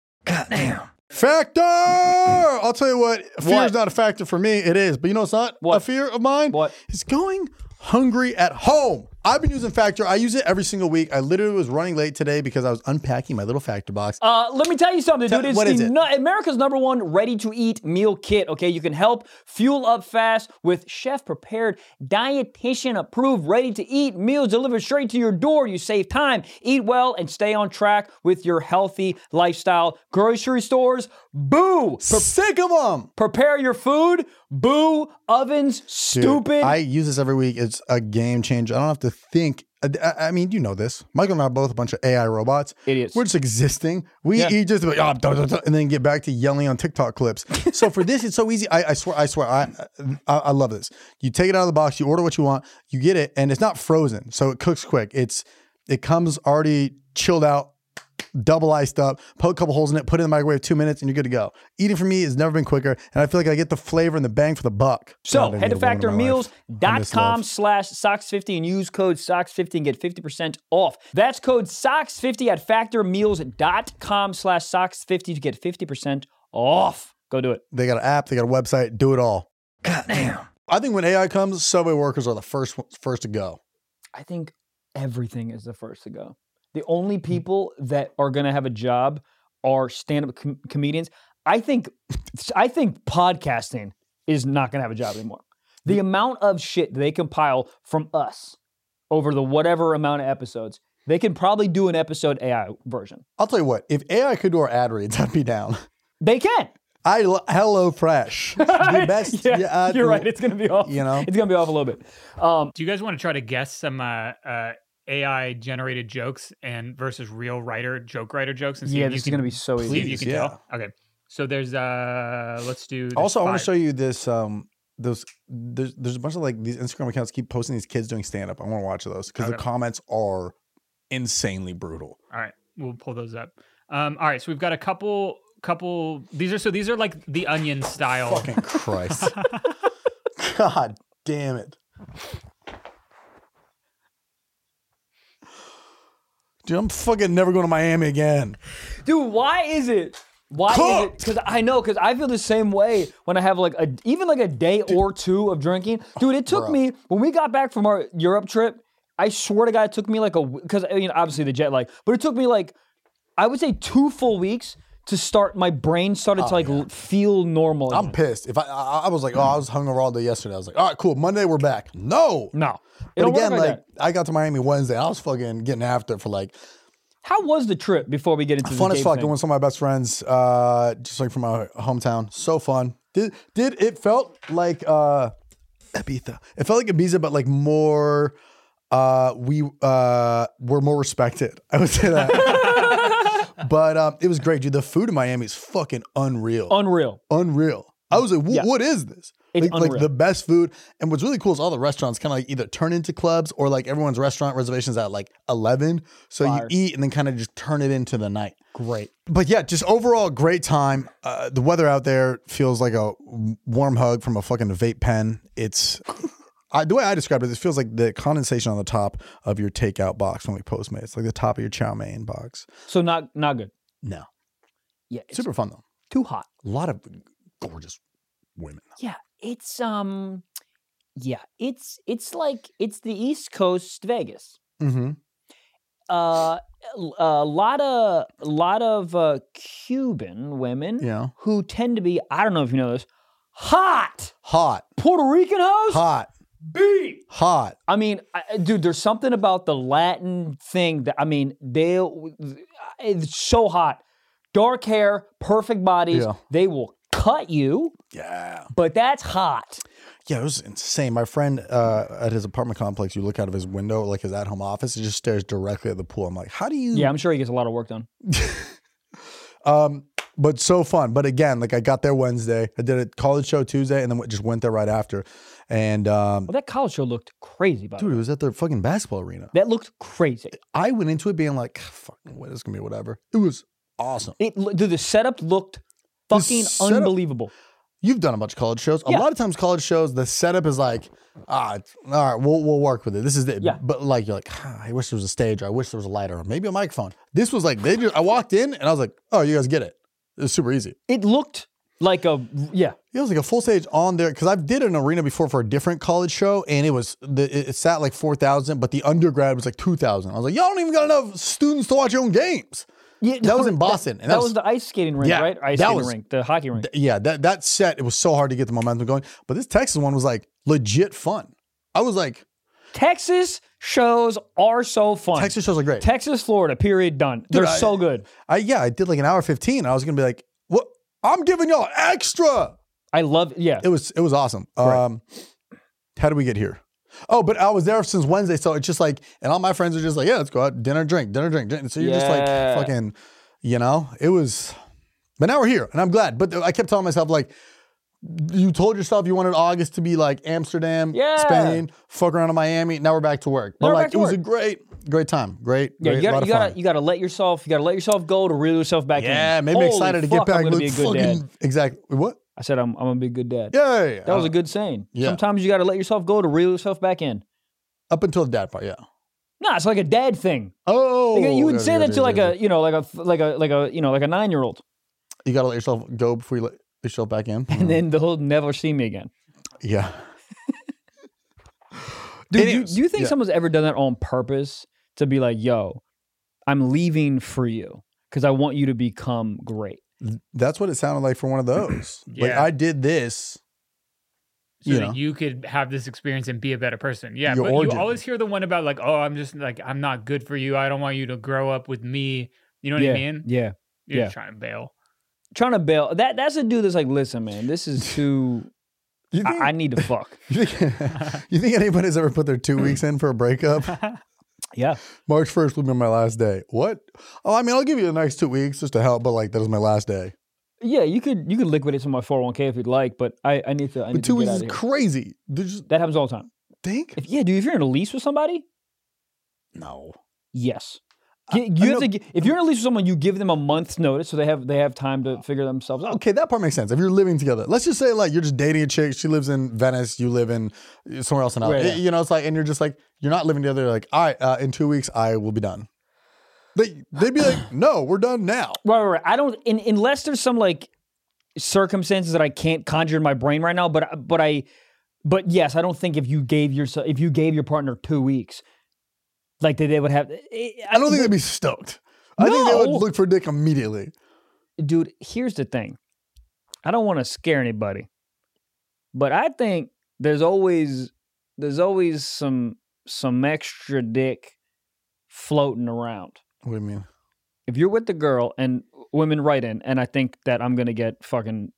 S2: think- Factor! I'll tell you what, fear is
S1: What?
S2: not a factor for me. It is. But you know it's not a
S1: What?
S2: fear of mine?
S1: What?
S2: It's going hungry at home. I've been using Factor. I use it every single week. I literally was running late today because I was unpacking my little Factor box.
S1: Uh, let me tell you something,
S2: Tell-
S1: dude. It's
S2: what
S1: the
S2: is it?
S1: nu- America's number one ready-to-eat meal kit. Okay, you can help fuel up fast with chef-prepared, dietitian-approved, ready-to-eat meals delivered straight to your door. You save time, eat well, and stay on track with your healthy lifestyle. Grocery stores, boo.
S2: Sick of them.
S1: Prepare your food, boo. Ovens, stupid.
S2: I use this every week. It's a game changer. I don't have to think. I, I- I mean, you know this. Michael and I are both a bunch of AI robots.
S1: Idiots.
S2: We're just existing. We
S1: Yeah.
S2: eat just like, "Ah, duh, duh, duh," and then get back to yelling on TikTok clips. so for this, it's so easy. I, I swear, I swear, I, I I love this. You take it out of the box. You order what you want. You get it, and it's not frozen, so it cooks quick. It's it comes already chilled out. Double iced up, poke a couple holes in it, put it in the microwave two minutes, and you're good to go. Eating for me has never been quicker, and I feel like I get the flavor and the bang for the buck.
S1: So
S2: God, I
S1: head
S2: need
S1: to
S2: a woman in my life. I miss
S1: factormeals.com
S2: love.
S1: slash socks50 and use code socks50 and get 50% off. That's code socks50 at factormeals.com slash socks50 to get 50% off. Go do it.
S2: They got an app, they got a website, do it all. Goddamn. I think when AI comes, subway workers are the first ones- first to go.
S1: I think everything is the first to go. The only people that are going to have a job are stand-up com- comedians. I think I think podcasting is not going to have a job anymore. The amount of shit they compile from us over the whatever amount of episodes, they can probably do an episode AI version.
S2: I'll tell you what, if AI could do our ad reads, I'd be down.
S1: They can.
S2: I lo- hello fresh. The best
S1: yeah,
S2: ad-
S1: you're right. It's going to be off.
S2: you know?
S1: it's going to be off a little bit. Um,
S4: Do you guys want to try to guess some uh, uh, AI generated jokes and versus real writer joke writer jokes and see
S1: yeah,
S4: if you
S1: this is
S4: can
S1: going to be so
S4: see if
S1: easy.
S4: you
S2: Please,
S4: can
S2: yeah.
S4: tell? Okay. So there's uh let's do there's
S2: Also, I want
S4: five.
S2: to show you this um those there's there's a bunch of like these Instagram accounts keep posting these kids doing stand up. I want to watch those because the
S4: Okay.
S2: comments are insanely brutal.
S4: All right, we'll pull those up. Um, all right, so we've got a couple, couple. These are so these are like the onion style.
S2: Fucking Christ. God damn it. Dude, I'm fucking never going to Miami again.
S1: Dude, why is it? Why is it?
S2: Cooked.
S1: Because I know, because I feel the same way when I have like a even like a day or two of drinking. Dude, it took me when we got back from our Europe trip. I swear to God, it took me like a because I mean obviously the jet lag, but it took me like I would say two full weeks to start. My brain started to like l- feel normal.
S2: Oh, I'm pissed. If I, I I was like, oh, I was hungover all day yesterday. I was like, all right, cool. Monday we're back. No,
S1: no,
S2: But
S1: It'll work
S2: again,
S1: like
S2: like
S1: that.
S2: I got to Miami Wednesday. I was fucking getting after it for like
S1: how was the trip before we get into
S2: fun
S1: the
S2: as
S1: Gabe
S2: fuck.
S1: thing?
S2: Doing with some of my best friends, uh, just like from my hometown. So fun. Did did it felt like uh, Ibiza? It felt like Ibiza, but like more. Uh, we uh, were more respected. I would say that. but um, it was great, dude. The food in Miami is fucking unreal.
S1: Unreal.
S2: unreal. I was like, "Wh- what is this?
S1: It's
S2: like, like
S1: unreal.
S2: the best food. And what's really cool is all the restaurants kind of like either turn into clubs or like everyone's restaurant reservations at like 11. So you eat and then kind of just turn it into the night. Great. But yeah, just overall great time. Uh, the weather out there feels like a w- warm hug from a fucking vape pen. It's. I, the way I described it, it feels like the condensation on the top of your takeout box when we Postmates, like the top of your chow mein box.
S1: So not not good.
S2: No,
S1: Yeah, it's
S2: super fun though.
S1: too hot.
S2: A lot of gorgeous women.
S1: Yeah, it's um yeah, it's it's like it's the East Coast Vegas.
S2: Mm-hmm.
S1: Uh a lot of a lot of uh, Cuban women
S2: Yeah.
S1: who tend to be I don't know if you know this hot
S2: Hot.
S1: Puerto Rican hoes
S2: hot,
S1: beat.
S2: hot.
S1: I mean, I, I- dude, there's something about the Latin thing that I mean, they it's so hot, dark hair, perfect bodies.
S2: Yeah.
S1: They will cut you,
S2: Yeah,
S1: but that's hot.
S2: yeah, it was insane. My friend uh, at his apartment complex, you look out of his window, like his at-home office, he just stares directly at the pool. I'm like, how do you?
S1: Yeah, I'm sure he gets a lot of work done.
S2: Um, but so fun. But again, like I got there Wednesday, I did a college show Tuesday, and then went- just went there right after. And um,
S1: Well, that college show looked crazy, by the
S2: dude,
S1: way.
S2: it was at the fucking basketball arena.
S1: That looked crazy.
S2: I went into it being like, "Ah, fuck, what is gonna be whatever. It was awesome.
S1: It, lo- dude, the setup looked fucking
S2: setup-
S1: unbelievable.
S2: You've done a bunch of college shows.
S1: Yeah.
S2: A lot of times, college shows, the setup is like, ah, it's- all right, we'll, we'll work with it. This is it.
S1: Yeah.
S2: But like, you're like, ah, I wish there was a stage, or I wish there was a lighter, or maybe a microphone. This was like, they just, I walked in and I was like, oh, you guys get it. It's super easy.
S1: It looked like a yeah.
S2: It was like a full stage on there because I've did an arena before for a different college show, and it was the it, it sat like four thousand, but the undergrad was like two thousand. I was like, y'all don't even got enough students to watch your own games.
S1: yeah
S2: That was in Boston, and
S1: That, was the ice skating rink,
S2: Yeah,
S1: right? Ice
S2: that
S1: skating
S2: was-
S1: rink, the hockey rink.
S2: yeah, that that set it was so hard to get the momentum going. But this Texas one was like legit fun. I was like,
S1: Texas shows are so fun.
S2: Texas shows are great.
S1: Texas, Florida, period, done. They're
S2: I-
S1: so good.
S2: I yeah, I did like an hour fifteen. I was gonna be like, what? I'm giving y'all extra.
S1: I love yeah.
S2: It was it was awesome. Um, how did we get here? Oh, but I was there since Wednesday, so it's just like, and all my friends are just like, yeah, let's go out dinner, drink, dinner, drink, drink. So you're just like
S1: Yeah.
S2: fucking, you know, it was. But now we're here, and I'm glad. But I kept telling myself like. You told yourself you wanted August to be like Amsterdam,
S1: Yeah.
S2: Spain, fuck around in Miami. Now we're back to work. But
S1: we're
S2: like,
S1: back to
S2: it was
S1: work.
S2: a great, great time. Great,
S1: yeah,
S2: great,
S1: you gotta,
S2: lot of
S1: you gotta
S2: fun.
S1: you gotta let yourself you gotta let yourself go to reel yourself back in.
S2: Yeah, it made me
S1: Holy
S2: excited to get
S1: fuck, I'm
S2: back.
S1: gonna
S2: Look,
S1: be a good
S2: fucking
S1: dad.
S2: exactly. What?
S1: I said I'm, I'm gonna be a good dad.
S2: Yeah, yeah, yeah.
S1: That was a good saying.
S2: Yeah.
S1: Sometimes you gotta let yourself go to reel yourself back in.
S2: up until the dad part. Yeah.
S1: No, it's like a dad thing.
S2: Oh,
S1: Like, you would
S2: yeah,
S1: say
S2: yeah,
S1: that
S2: yeah,
S1: to like
S2: yeah,
S1: a you know like a like a like a you know like a nine year old,
S2: You gotta let yourself go before you let yourself back in.
S1: and then they'll never see me again.
S2: yeah.
S1: Dude, do you,
S2: Anyways,
S1: do you think
S2: yeah.
S1: someone's ever done that on purpose to be like, "Yo, I'm leaving for you because I want you to become great."
S2: That's what it sounded like for one of those. Like
S4: Yeah.
S2: I did this.
S4: so
S2: you
S4: that
S2: know.
S4: you could have this experience and be a better person. Yeah,
S2: Your
S4: but
S2: origin.
S4: you always hear the one about like, oh, I'm just like I'm not good for you. I don't want you to grow up with me. You know what
S1: yeah,
S4: I mean?
S1: yeah.
S4: You're
S1: yeah.
S4: just trying to bail.
S1: Trying to bail. That that's a dude that's like, "Listen, man, this is too.
S2: You think,
S1: I, I need to fuck."
S2: you, think, you think anybody's ever put their two weeks in for a breakup?
S1: Yeah.
S2: March first will be my last day. What? Oh, I mean, I'll give you the next two weeks just to help, but like that is my last day.
S1: Yeah, you could you could liquidate some of my 401k if you'd like, but I, I need to I need
S2: But two
S1: to get
S2: weeks
S1: out of
S2: is
S1: here.
S2: crazy. Did you
S1: that happens all the time.
S2: think?
S1: If yeah, dude, if you're in a lease with somebody,
S2: No.
S1: yes. Gi- you
S2: I
S1: have
S2: know-
S1: to, gi- if you're in a lease with someone, you give them a month's notice so they have they have time to figure themselves out.
S2: Okay, that part makes sense. If you're living together, let's just say like you're just dating a chick. She lives in Venice. You live in somewhere else in LA.
S1: Right, yeah.
S2: You know, it's like, and you're just like, you're not living together. You're like, all right, uh, in two weeks I will be done. They they'd be like, no, we're done now.
S1: Right, right, right. I don't in, unless there's some like circumstances that I can't conjure in my brain right now. But but I but yes, I don't think if you gave yourself if you gave your partner two weeks, like they, they would have.
S2: I don't think they'd be stoked. I think they would
S1: No.
S2: look for dick immediately.
S1: dude. Here's the thing. I don't want to scare anybody, but I think there's always there's always some some extra dick floating around.
S2: What do you mean?
S1: if you're with the girl and women write in, and I think that I'm gonna get fucking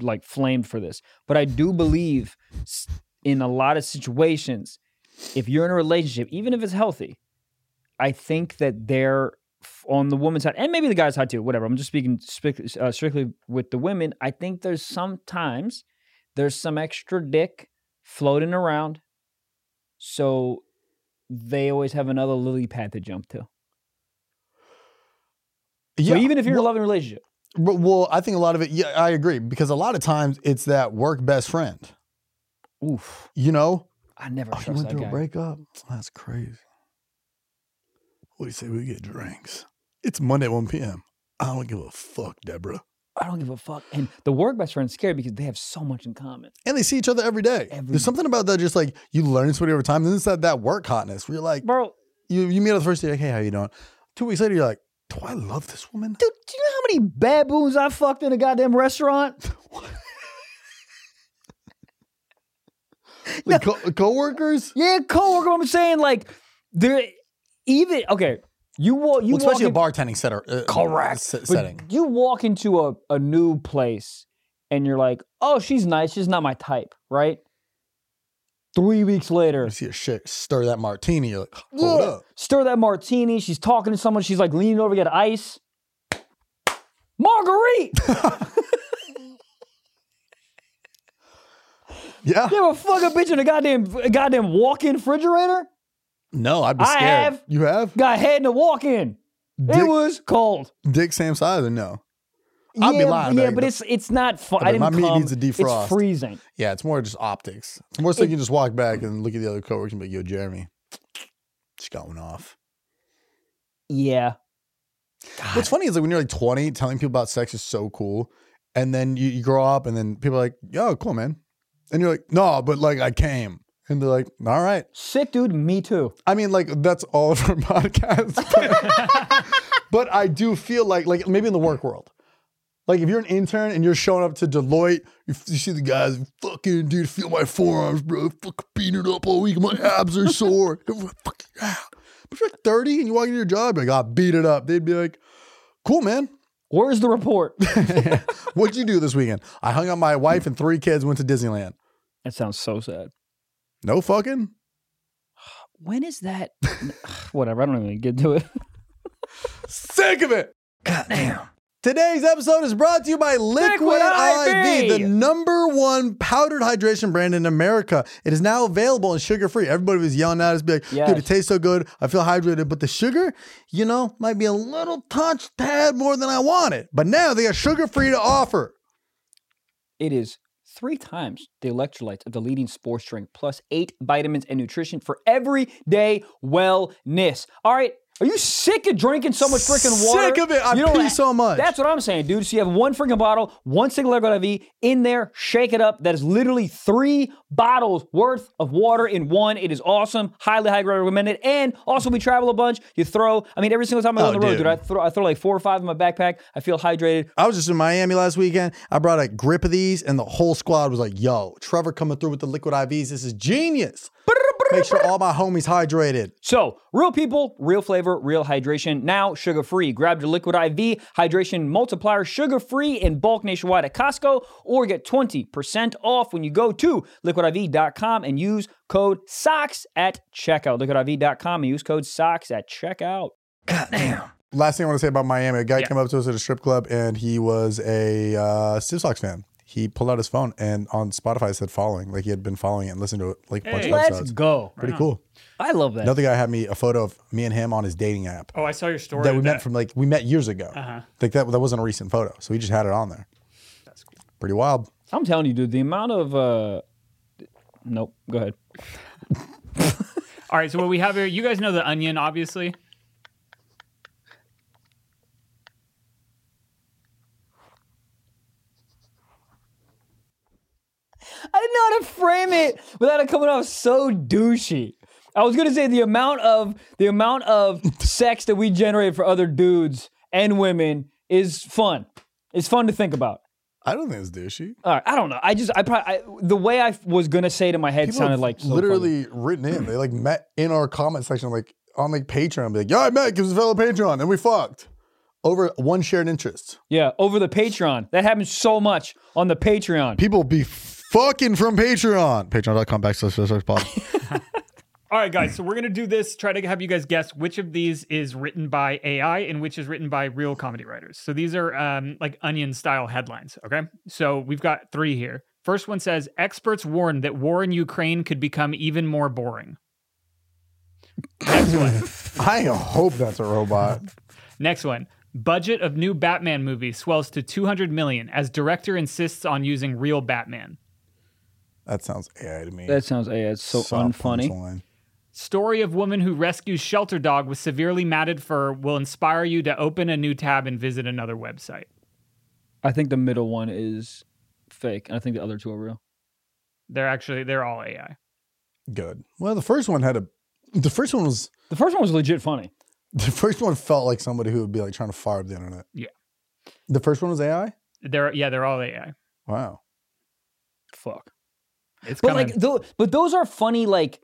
S1: like flamed for this, but I do believe s- in a lot of situations, if you're in a relationship, even if it's healthy, I think that they're f- on the woman's side, and maybe the guy's side too. Whatever. I'm just speaking strictly, uh, strictly with the women. I think there's sometimes there's some extra dick floating around, so they always have another lily pad to jump to. So even if you're in a loving relationship.
S2: But, well, I think a lot of it. Yeah, I agree because a lot of times it's that work best friend.
S1: Oof.
S2: You know,
S1: I never
S2: oh, you
S1: trust
S2: went
S1: that
S2: through
S1: guy.
S2: a breakup. That's crazy. What do you say we get drinks? It's Monday at one p.m. I don't give a fuck, Deborah.
S1: I don't give a fuck. And the work best friend's scary because they have so much in common.
S2: And they see each other every day.
S1: Every
S2: There's something about that, just like you learn somebody over time. Then it's that that work hotness where you're like,
S1: Bro,
S2: you you meet up the first day, like, hey, how you doing? Two weeks later, you're like, do I love this woman?
S1: dude, do you know how many baboons I fucked in a goddamn restaurant?
S2: Like co- coworkers,
S1: Yeah, coworker. I'm saying like, there, even okay. You walk, you
S2: well, especially
S1: walk in-
S2: a bartending setter, uh,
S1: Correct.
S2: se-
S1: but
S2: setting.
S1: You walk into a, a new place and you're like, oh, she's nice. She's not my type, right? Three weeks later,
S2: You see a shit stir that martini, you're like, hold
S1: Yeah.
S2: up.
S1: Stir that martini. She's talking to someone. She's like leaning over, get ice. Marguerite!
S2: Yeah.
S1: you ever fuck a bitch in a goddamn a goddamn walk-in refrigerator?
S2: No, I'd be
S1: I
S2: scared.
S1: have-
S2: You have?
S1: Got head in the walk-in.
S2: Dick-
S1: It was cold.
S2: Dick same size or no? I'd be
S1: yeah,
S2: lying
S1: Yeah,
S2: back
S1: but
S2: though.
S1: it's it's not fun.
S2: I'd
S1: I
S2: be
S1: didn't
S2: like, my meat
S1: come.
S2: needs to defrost.
S1: It's freezing.
S2: Yeah, it's more just optics. It's more so you can just walk back and look at the other coworkers and be like, yo, Jeremy, just got one off.
S1: Yeah.
S2: What's funny is like when you're like 20, telling people about sex is so cool. And then you, you grow up and then people are like, yo, cool, man. And you're like, no, but like I came. And they're like, all right.
S1: Sick dude, me too.
S2: I mean, like that's all of our podcasts. But, but I do feel like, like maybe in the work world, like if you're an intern and you're showing up to Deloitte, you, f- you see the guys, fucking dude, feel my forearms, bro, fucking beating it up all week. My abs are sore. Everyone, fucking, ah. But if you're like 30 and you walk into your job, like I beat it up. They'd be like, cool, man.
S1: Where's the report?
S2: What'd you do this weekend? I hung out with my wife and three kids. Went to Disneyland.
S1: that sounds so sad.
S2: No fucking.
S1: When is that? Whatever. I don't even get to it.
S2: Sick of it. Today's episode is brought to you by Liquid,
S1: Liquid IV.
S2: IV, the number one powdered hydration brand in America. It is now available and sugar free. Everybody was yelling at us, be like,
S1: Yes.
S2: dude, it tastes so good. I feel hydrated, but the sugar, you know, might be a little touch tad more than I wanted. But now they got sugar free to offer.
S1: It is three times the electrolytes of the leading sports drink, plus eight vitamins and nutrition for everyday wellness. All right. Are you sick of drinking so much freaking water?
S2: Sick of it. I
S1: don't
S2: pee
S1: ha-
S2: so much.
S1: That's what I'm saying, dude. So you have one freaking bottle, one single liquid IV in there, shake it up. That is literally three bottles worth of water in one. It is awesome. Highly, highly recommended. And also, we travel a bunch. You throw, I mean, every single time I go
S2: Oh,
S1: on the road,
S2: dude.
S1: dude, I, throw, I throw like four or five in my backpack. I feel hydrated.
S2: I was just in Miami last weekend. I brought a grip of these, and the whole squad was like, yo, Trevor coming through with the liquid IVs. This is genius. Make sure all my homies hydrated.
S1: So, real people, real flavor, real hydration. Now, sugar free. Grab your Liquid IV hydration multiplier, sugar free in bulk nationwide at Costco, or get 20% off when you go to liquidiv.com and use code SOCKS at checkout. Liquidiv.com and use code SOCKS at checkout.
S2: Last thing I want to say about Miami, a guy
S4: Yeah.
S2: came up to us at a strip club and he was a uh, Steve Sox fan. He pulled out his phone and on Spotify it said following, like he had been following it and listened to it, like a bunch
S4: Hey.
S2: of
S4: Let's
S2: episodes.
S1: go.
S2: Pretty cool.
S1: I love that.
S2: Another guy had me a photo of me and him on his dating app
S4: Oh, I saw your story.
S2: that we
S4: of
S2: met from like we met years ago.
S4: Uh-huh.
S2: Like that that wasn't a recent photo, so we just had it on there.
S4: That's cool.
S2: Pretty wild.
S1: I'm telling you, dude, the amount of. Uh... Nope, go ahead.
S4: All right, so what we have here, you guys know the onion, obviously.
S1: I didn't know how to frame it without it coming off so douchey. I was gonna say the amount of the amount of sex that we generate for other dudes and women is fun. It's fun to think about.
S2: I don't think it's douchey.
S1: All right, I don't know. I just I probably I, the way I was gonna say it in my head
S2: People
S1: sounded
S2: have
S1: like so
S2: literally written in. They like met in our comment section, like on like Patreon, be like, "Yeah, I met because fellow Patreon, and we fucked over one shared interest."
S1: Yeah, over the Patreon. That happens so much on the Patreon.
S2: People be fucking from Patreon, Patreon.com backslash pod.
S4: All right, guys. So we're gonna do this. Try to have you guys guess which of these is written by AI and which is written by real comedy writers. So these are um, like onion style headlines. Okay. So we've got three here. First one says experts warn that war in Ukraine could become even more boring. Next one.
S2: I hope that's a robot.
S4: Next one. Budget of new Batman movie swells to 200 million as director insists on using real Batman.
S2: That sounds AI to me.
S1: That sounds yeah, it's so
S2: Soft
S1: unfunny.
S2: punchline.
S4: Story of woman who rescues shelter dog with severely matted fur will inspire you to open a new tab and visit another website.
S1: I think the middle one is fake, and I think the other two are real.
S4: They're actually they're all AI.
S2: Good. Well, the first one had a. The first one was.
S1: The first one was legit funny.
S2: The first one felt like somebody who would be like trying to fire up the internet.
S4: Yeah.
S2: The first one was AI.
S4: They're yeah, they're all AI.
S2: Wow.
S1: Fuck.
S4: It's
S1: But
S4: coming.
S1: like, tho- but those are funny. Like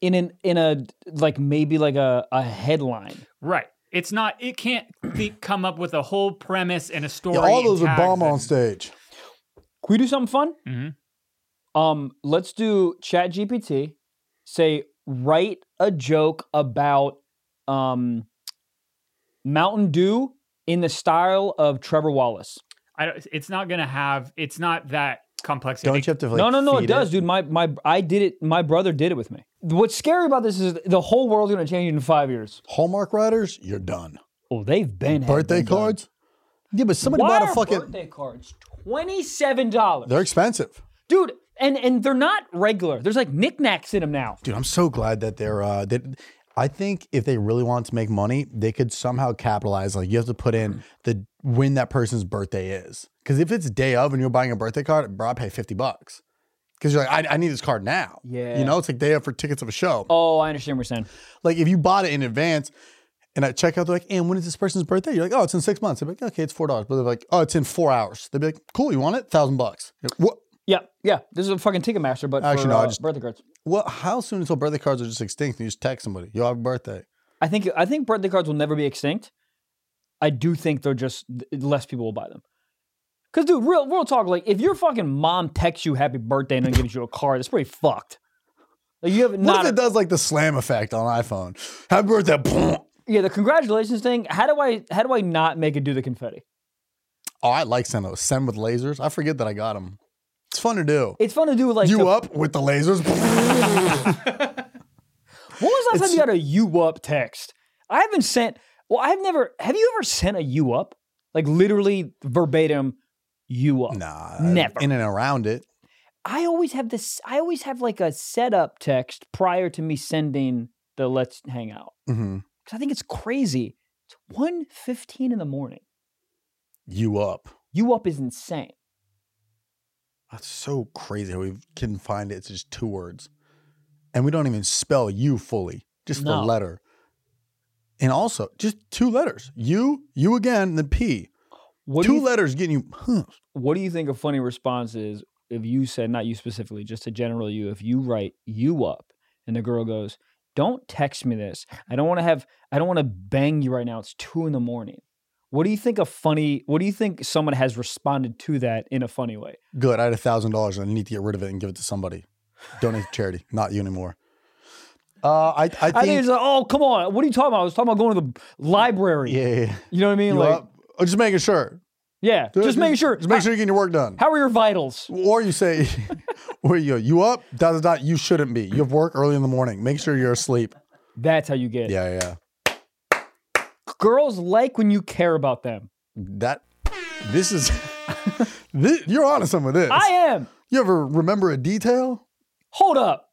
S1: in an in a like maybe like a a headline.
S4: right. It's not it can't be, come up with a whole premise and a story.
S2: Yeah, all those
S4: and
S2: would
S4: tags
S2: bomb on
S4: and-
S2: stage.
S1: Can we do something fun?
S4: Mhm.
S1: Um, let's do Chat GPT. Say write a joke about um Mountain Dew in the style of Trevor Wallace.
S4: I don't, it's not going to have it's not that complex.
S2: Don't you have to like?
S1: no, no, no, it
S2: feed
S1: does, dude. My my I did it. My brother did it with me. What's scary about this is the whole world's gonna change in five years.
S2: Hallmark writers, you're done.
S1: Oh, they've been had
S2: Birthday
S1: them done.
S2: cards. Yeah, but somebody
S1: Why
S2: bought
S1: are
S2: a fucking.
S1: birthday cards twenty seven dollars,
S2: They're expensive,
S1: dude? And and they're not regular. There's like knickknacks in them now.
S2: dude. I'm so glad that they're. Uh, that I think if they really wanted to make money, they could somehow capitalize. Like you have to put
S1: Mm-hmm.
S2: in the when that person's birthday is, because if it's day of and you're buying a birthday card, bro, I pay fifty bucks. Because you're like, I, I need this card now.
S1: Yeah.
S2: you know, it's like day of for tickets of a show.
S1: Oh, I understand what you're saying.
S2: Like if you bought it in advance and at checkout, they're like, and when is this person's birthday? You're like, oh, it's in six months. They're like, okay, it's four dollars. But they're like, oh, it's in four hours. They'd be like, cool, you want it? Thousand bucks. You're like, What?
S1: Yeah, yeah. This is a fucking Ticketmaster, but
S2: Actually,
S1: for,
S2: no, I
S1: uh,
S2: just-
S1: birthday cards.
S2: What? How soon until birthday cards are just extinct? And you just text somebody, yo, happy birthday.
S1: I think I think birthday cards will never be extinct. I do think they're just th- less people will buy them. Cause dude, real real talk, like if your fucking mom texts you happy birthday and then gives you a card, that's pretty fucked. Like you have
S2: What
S1: not
S2: if it does like the slam effect on iPhone? Happy birthday. boom.
S1: Yeah, the congratulations thing, how do I how do I not make it do the confetti?
S2: Oh, I like send those. Send with lasers. I forget that I got them. It's fun to do.
S1: It's fun to do like
S2: you
S1: the-
S2: up with the lasers?
S1: When was the last time you got a you up text? I haven't sent. Well, I've never. Have you ever sent a you up? Like literally verbatim, you up.
S2: nah,
S1: Never.
S2: In and around it.
S1: I always have this. I always have like a setup text prior to me sending the let's hang out.
S2: hmm
S1: 'Cause I think it's crazy. It's 1.15 in the morning.
S2: You up.
S1: You up is insane.
S2: That's so crazy how we can find it. It's just two words. And we don't even spell you fully, just the
S1: No.
S2: letter. And also, just two letters. You, you again, and then P.
S1: What do
S2: two
S1: you,
S2: letters getting you. Huh.
S1: What do you think a funny response is if you said, not you specifically, just a general you, if you write you up and the girl goes, don't text me this. I don't want to have, I don't want to bang you right now. It's two in the morning. What do you think a funny, what do you think someone has responded to that in a funny way?
S2: Good. I had a thousand dollars and I need to get rid of it and give it to somebody. Donate to charity, not you anymore. Uh, I, I think.
S1: I think it's like, oh, come on. What are you talking about? I was talking about going to the library.
S2: yeah, yeah, yeah.
S1: You know what I mean?
S2: You
S1: like,
S2: up? Oh, just making sure.
S1: yeah, just, making sure.
S2: Just make sure you're getting your work done.
S1: How are your vitals?
S2: Or you say, where you go, you up? Dot, dot, dot. You shouldn't be. You have work early in the morning. Make sure you're asleep.
S1: That's how you get it.
S2: Yeah, yeah.
S1: Girls like when you care about them.
S2: That this is thi- you're on to some of this.
S1: I am.
S2: you ever remember a detail?
S1: Hold up.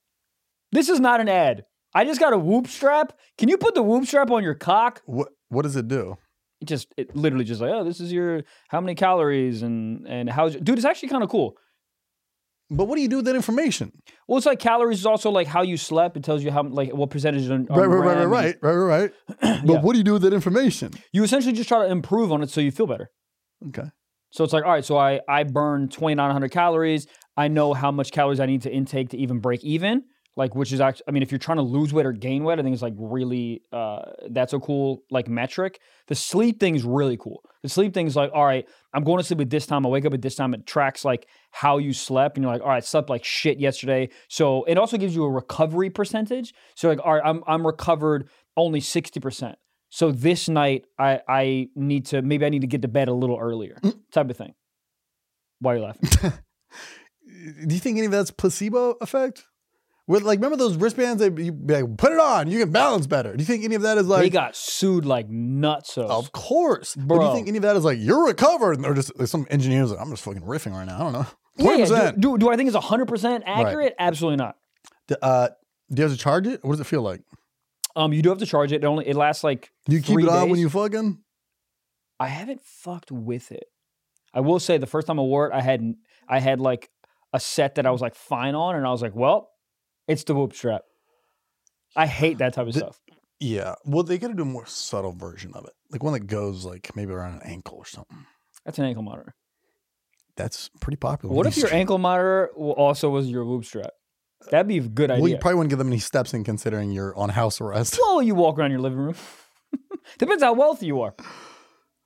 S1: This is not an ad. I just got a whoop strap. Can you put the whoop strap on your cock?
S2: What what does it do?
S1: It just it literally just like, oh, this is your how many calories and and how's your, dude, it's actually kind of cool.
S2: But what do you do with that information?
S1: Well, it's like calories is also like how you slept. It tells you how like what percentage on, on
S2: Right, right, right,
S1: RAM.
S2: right, right, right, right. But what do you do with that information?
S1: You essentially just try to improve on it so you feel better.
S2: Okay.
S1: So it's like, all right, so I I burn 2,900 calories. I know how much calories I need to intake to even break even. Like, which is actually, I mean, if you're trying to lose weight or gain weight, I think it's like really, uh, that's a cool like metric. The sleep thing's really cool. The sleep thing's like, all right, I'm going to sleep at this time. I wake up at this time. It tracks like how you slept, and you're like, all right, I slept like shit yesterday. So it also gives you a recovery percentage. So like, all right, I'm I'm recovered only sixty percent. So this night, I I need to maybe I need to get to bed a little earlier,
S2: Mm.
S1: type of thing. Why are you laughing?
S2: Do you think any of that's placebo effect? With like, remember those wristbands? They you be like, put it on, you can balance better. Do you think any of that is
S1: they
S2: like?
S1: got sued like nuts.
S2: Of course, But do you
S1: Bro.
S2: think any of that is like you're recovered? And they're just like, some engineers. Like, I'm just fucking riffing right now. I don't know.
S1: Yeah,
S2: Twenty
S1: yeah,
S2: percent.
S1: Do, do, do I think it's 100% accurate? Absolutely not.
S2: D- uh, do you have to charge it? What does it feel like?
S1: Um, You do have to charge it. It only it lasts like
S2: Do you keep
S1: three
S2: it on when
S1: days.
S2: you fucking?
S1: I haven't fucked with it. I will say the first time I wore it, I had I had like a set that I was like fine on, and I was like, well, it's the whoop strap. I hate that type of
S2: The-
S1: stuff.
S2: Yeah. Well, they got to do a more subtle version of it, like one that goes like maybe around an ankle or something.
S1: That's an ankle monitor.
S2: That's pretty popular.
S1: What
S2: When
S1: if
S2: you
S1: your
S2: str-
S1: ankle monitor w- also was your whoop strap? That'd be a good idea.
S2: Well, you probably wouldn't give them any steps in considering you're on house arrest.
S1: Well, you walk around your living room. Depends how wealthy you are.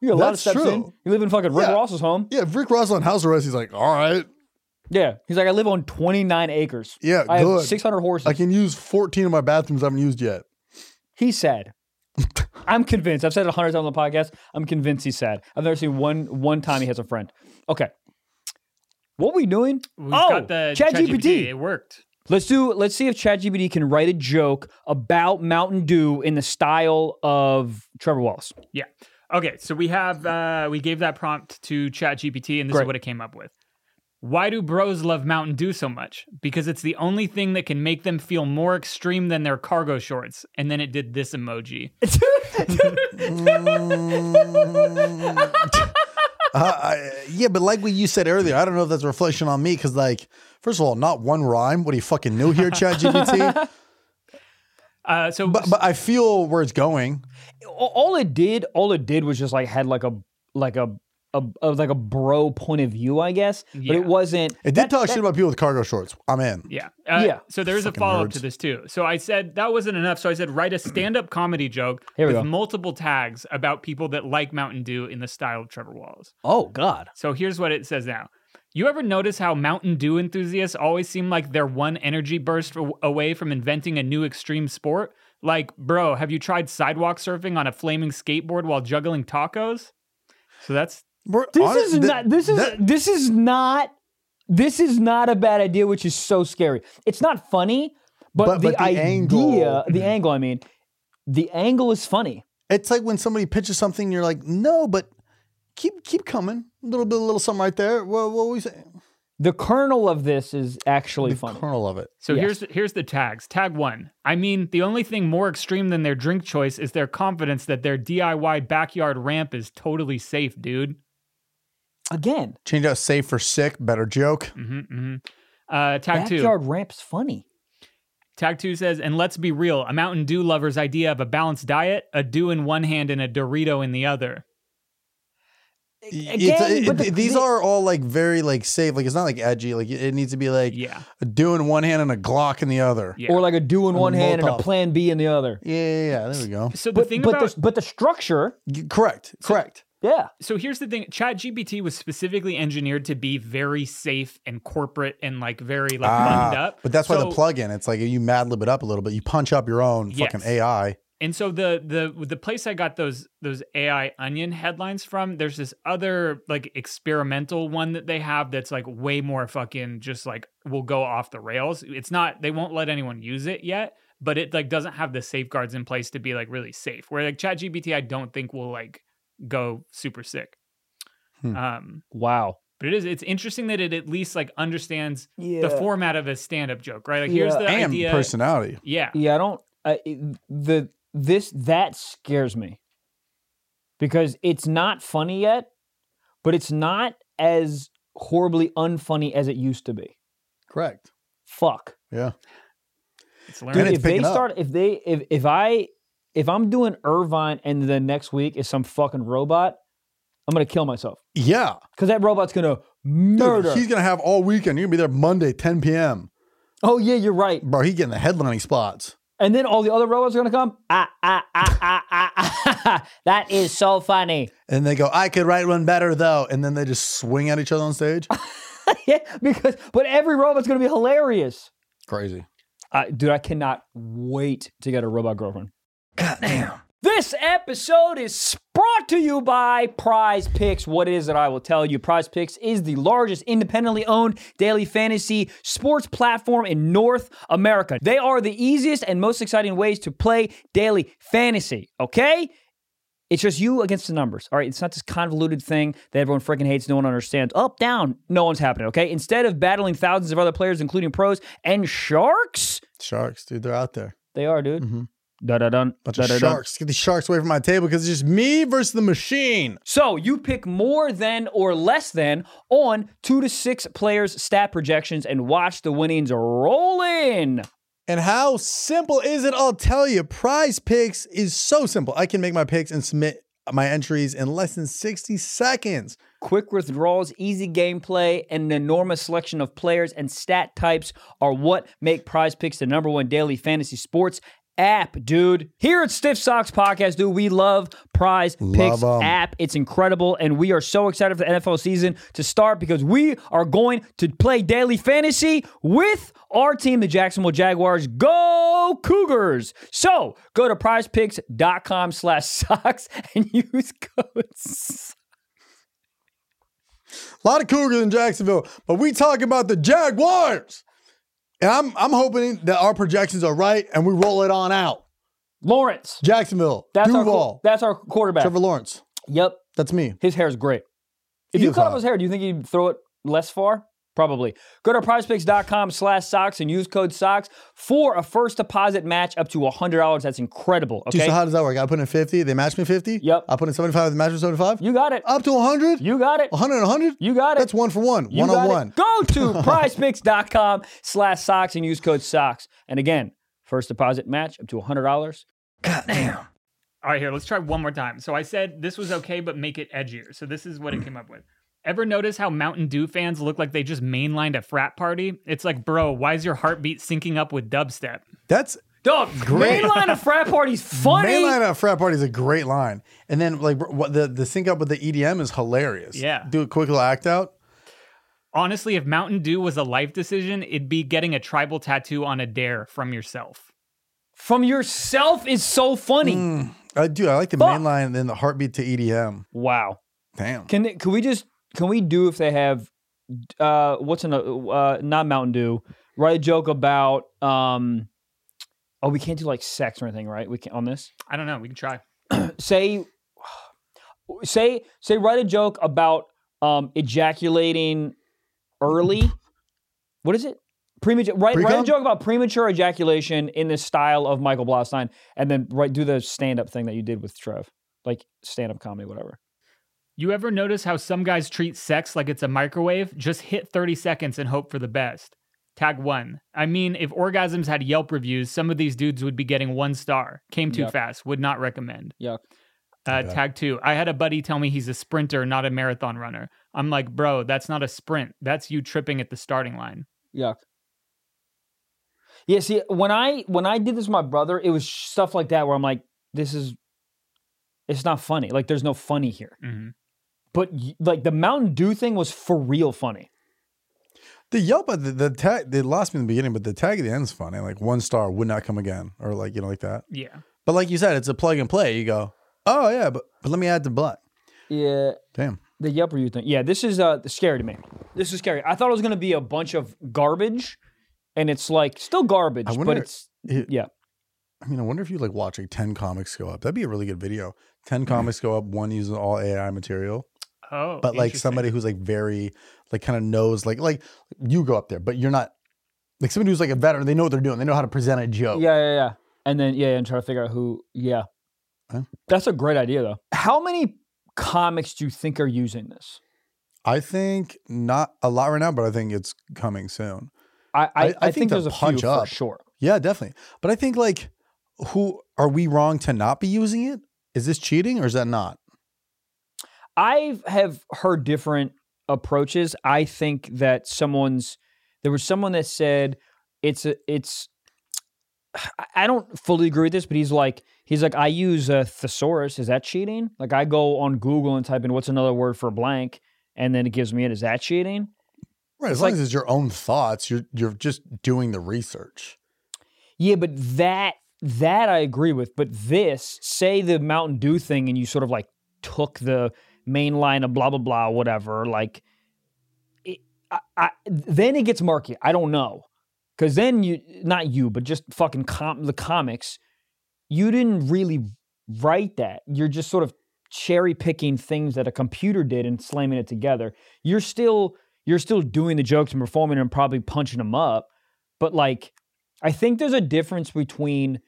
S1: You got a lot of
S2: That's
S1: steps in.
S2: true.
S1: You live in fucking Rick
S2: Yeah.
S1: Ross's home.
S2: Yeah, if Rick Ross on house arrest, he's like, all right,
S1: Yeah. He's like, I live on 29 acres.
S2: yeah,
S1: I
S2: good.
S1: have 600 horses.
S2: I can use 14 of my bathrooms I haven't used yet.
S1: He's sad. I'm convinced. I've said it a hundred times on the podcast. I'm convinced he's sad. I've never seen one one time he has a friend. Okay. What we doing?
S4: We've
S1: oh,
S4: got the
S1: ChatGPT.
S4: It worked.
S1: Let's do. Let's see if ChatGPT can write a joke about Mountain Dew in the style of Trevor Wallace.
S4: Yeah. Okay. So we have uh, we gave that prompt to ChatGPT, and this
S1: Great.
S4: is what it came up with. Why do bros love Mountain Dew so much? Because it's the only thing that can make them feel more extreme than their cargo shorts. And then it did this emoji.
S2: Uh, I, yeah, but like what you said earlier, I don't know if that's a reflection on me because, like, first of all, not one rhyme. What do you fucking new here, ChatGPT?
S4: Uh, so
S2: but but I feel where it's going.
S1: all all it did all it did was just like had like a like a, a, a- like a bro point of view i guess but
S4: Yeah.
S1: it wasn't
S2: It did talk shit about people with cargo shorts. I'm in.
S4: Yeah. Uh,
S1: Yeah.
S4: So there is a
S2: Fucking
S4: follow up to
S2: nerds.
S4: this too. So I said that wasn't enough. So I said write a stand up comedy joke
S1: Here we
S4: with
S1: go.
S4: multiple tags about people that like Mountain Dew in the style of Trevor Wallace.
S1: oh god
S4: So here's what it says now. You ever notice how Mountain Dew enthusiasts always seem like they're one energy burst aw- away from inventing a new extreme sport? Like, bro, have you tried sidewalk surfing on a flaming skateboard while juggling tacos? So that's
S2: Bro,
S1: this
S2: honest-
S1: is
S2: that-
S1: not this is
S2: that-
S1: this is not this is not a bad idea which is so scary it's not funny but,
S2: But-
S1: the,
S2: but the
S1: idea
S2: angle-
S1: the angle i mean the angle is funny
S2: it's like when somebody pitches something, you're like, no, but keep keep coming. A little bit, a little something right there. What, what were we saying?
S1: the kernel of this is actually
S2: The
S1: funny
S2: kernel of it.
S4: So
S1: Yes.
S4: here's here's the tags. Tag one. I mean, the only thing more extreme than their drink choice is their confidence that their DIY backyard ramp is totally safe, dude.
S1: again
S2: Change out safe for sick. Better joke.
S4: hmm hmm Uh, tag two.
S1: backyard ramp's funny
S4: Tag two says, and let's be real, a Mountain Dew lover's idea of a balanced diet, a dew in one hand and a Dorito in the other.
S2: It's-
S1: Again,
S2: it-
S1: but the-
S2: it- these
S1: the-
S2: are all like very like safe. Like it's not like edgy. Like it it needs to be like
S4: Yeah.
S2: a do in one hand and a Glock in the other.
S4: Yeah.
S1: or like a do in one hand and a
S2: Molotov.
S1: plan b in the other
S2: Yeah, yeah, yeah. There we go.
S4: So the
S1: but,
S4: thing
S1: but,
S4: about
S1: the, but the structure
S2: Y- Correct. Correct.
S1: Yeah.
S4: so here's the thing ChatGPT was specifically engineered to be very safe and corporate and like very like buttoned
S2: Ah,
S4: up.
S2: But that's why the
S4: So-
S2: plug-in. It's like you mad lib it up a little bit. You punch up your own
S4: Yes.
S2: fucking AI.
S4: And so the the the place I got those those AI onion headlines from, there's this other like experimental one that they have that's like way more fucking just like will go off the rails. It's not they won't let anyone use it yet, but it like doesn't have the safeguards in place to be like really safe. Where like ChatGPT, I don't think will like go super sick.
S2: Hmm.
S4: Um,
S1: Wow.
S4: but it is it's interesting that it at least like understands
S1: Yeah.
S4: the format of a stand up joke, right? Like here's
S1: Yeah.
S4: the
S2: and
S4: idea.
S2: personality.
S4: yeah.
S1: Yeah, I don't. I it- the this that scares me because it's not funny yet, but it's not as horribly unfunny as it used to be.
S2: Correct.
S1: Fuck.
S2: Yeah.
S4: It's
S2: Dude,
S4: learning.
S2: it's
S1: if they
S2: picking up.
S1: start, if they, if if I, if I'm doing Irvine and then next week is some fucking robot, I'm gonna kill myself
S2: Yeah.
S1: because that robot's gonna
S2: Dude,
S1: murder.
S2: He's gonna have all weekend. You're gonna be there Monday, 10 p.m.
S1: oh yeah, you're right.
S2: Bro, he getting the headlining spots.
S1: And then all the other robots are gonna come. Ah ah ah ah ah. ah. that is so funny.
S2: And they go, I could write one better though. And then they just swing at each other on stage.
S1: yeah, because but every robot's gonna be hilarious.
S2: Crazy.
S1: I, dude, I cannot wait to get a robot girlfriend. Goddamn. This episode is brought to you by Prize Picks. What it is that I will tell you, Prize Picks is the largest independently owned daily fantasy sports platform in North America. They are the easiest and most exciting ways to play daily fantasy, okay? It's just you against the numbers. All right. It's not this convoluted thing that everyone freaking hates, no one understands. Up, down, no one's happening, okay? Instead of battling thousands of other players, including pros and sharks,
S2: Sharks, dude, they're out there.
S1: they are, dude. Da da dun.
S2: Mm-hmm. Bunch
S1: da
S2: of
S1: da dun.
S2: sharks. Get these sharks away from my table because it's just me versus the machine.
S1: So you pick more than or less than on two to six players' stat projections and watch the winnings roll in.
S2: And how simple is it? I'll tell you. Prize picks is so simple. I can make my picks and submit my entries in less than 60 seconds.
S1: Quick withdrawals, easy gameplay, and an enormous selection of players and stat types are what make Prize Picks the number one daily fantasy sports app, dude. Here at Stiff Socks Podcast, dude, we love Prize Picks
S2: 'em.
S1: app. It's incredible, and we are so excited for the NFL season to start because we are going to play daily fantasy with our team, the Jacksonville Jaguars. Go Cougars! So go to PrizePicks.com/socks slash socks and use codes.
S2: A lot of cougars in Jacksonville, but we talk about the Jaguars. And I'm I'm hoping that our projections are right and we roll it on out.
S1: Lawrence.
S2: Jacksonville,
S1: That's our, qu-
S2: Duval,
S1: that's our quarterback.
S2: Trevor Lawrence.
S1: yep,
S2: That's me.
S1: his hair is great. If
S2: He
S1: you
S2: was
S1: cut
S2: hot.
S1: off his hair, do you think he'd throw it less far? Probably. Go to prizepicks.com slash socks and use code socks for a first deposit match up to $100. That's incredible.
S2: Dude,
S1: Okay.
S2: so how does that work? I put in 50, they match me 50.
S1: Yep.
S2: I put in 75, they match me 75.
S1: you got it.
S2: Up to 100?
S1: You got it.
S2: 100 100?
S1: You got it.
S2: Uh, That's one for one,
S1: You
S2: one
S1: got
S2: on
S1: it.
S2: one.
S1: Go to prizepicks.com slash socks and use code socks. And again, first deposit match up to $100.
S4: All right, here, let's try one more time. So I said this was okay, but make it edgier. So this is what it came up with. Ever notice how Mountain Dew fans look like they just mainlined a frat party? It's like, bro, why is your heartbeat syncing up with dubstep?
S2: That's
S1: Dog, mainline of frat parties funny.
S2: Mainline at a frat party is a great line, and then like br- what the the sync up with the EDM is hilarious.
S4: Yeah.
S2: do a quick little act out.
S4: Honestly, if Mountain Dew was a life decision, it'd be getting a tribal tattoo on a dare from yourself.
S1: From yourself is so funny.
S2: Mm. I do. I like the
S1: Fuck.
S2: mainline and then the heartbeat to EDM.
S1: Wow.
S2: Damn.
S1: Can they- can we just can we do if they have uh what's in a uh not Mountain Dew write a joke about um oh we can't do like sex or anything right we can on this
S4: I don't know. We can try.
S1: say say say write a joke about um ejaculating early what is it premature write, write a
S2: Pre-cum?
S1: joke about premature ejaculation in the style of Michael Blaustein and then write do the stand up thing that you did with Trev like stand up comedy whatever
S4: You ever notice how some guys treat sex like it's a microwave? Just hit 30 seconds and hope for the best. Tag one. I mean, if orgasms had Yelp reviews, some of these dudes would be getting one star. Came too
S1: Yuck.
S4: fast. Would not recommend.
S1: Yuck.
S4: Uh,
S2: Yeah.
S4: Tag two. I had a buddy tell me he's a sprinter, not a marathon runner. I'm like, bro, that's not a sprint. That's you tripping at the starting line.
S1: Yuck. Yeah, see, when I when I did this with my brother, it was stuff like that where I'm like, this is it's not funny. Like there's no funny here.
S4: Mhm.
S1: But y- like the Mountain Dew thing was for real funny.
S2: The Yelp at the, the tag they lost me in the beginning, but the tag at the end is funny. Like one star would not come again, or like you know like that.
S4: Yeah.
S2: But like you said, it's a plug and play. You go, oh yeah, but but let me add the butt.
S1: Yeah.
S2: Damn.
S1: The Yelp review thing. Yeah, this is uh scary to me. This is scary. I thought it was gonna be a bunch of garbage, and it's like still garbage,
S2: I wonder-
S1: but it's
S2: It-
S1: yeah.
S2: I mean, I wonder if you like watching ten comics go up. That'd be a really good video. Ten
S1: Mm-hmm.
S2: comics go up, one using all AI material.
S4: Oh.
S2: but like
S4: interesting.
S2: somebody who's like very like kind of knows like like you go up there but you're not like somebody who's like a veteran they know what they're doing they know how to present a joke
S1: Yeah, yeah, yeah. And then yeah, and try to figure out who. Yeah,
S2: Huh?
S1: that's a great idea though. How many comics do you think are using this?
S2: i think not a lot right now but i think it's coming soon
S1: I I,
S2: I
S1: I, think,
S2: think the
S1: there's a
S2: punch
S1: few
S2: up.
S1: for sure.
S2: Yeah, definitely. But I think like, who are we wrong to not be using it? Is this cheating or is that not?
S1: I have heard different approaches. I think that someone's there was someone that said it's a, it's I- I don't fully agree with this, but he's like he's like I use a thesaurus. Is that cheating? Like I go on Google and type in what's another word for blank, and then it gives me it. Is that cheating?
S2: Right. As
S1: It's
S2: long
S1: like-
S2: as it's your own thoughts, you're you're just doing the research.
S1: Yeah, but that that I agree with. But this, say the Mountain Dew thing, and you sort of like took the main line of blah blah blah, whatever. Like, it, I, I, then it gets murky. I don't know, because then you, not you, but just fucking com- the comics, you didn't really write that. You're just sort of cherry picking things that a computer did and slamming it together. You're still you're still doing the jokes and performing and probably punching them up, but like I think there's a difference between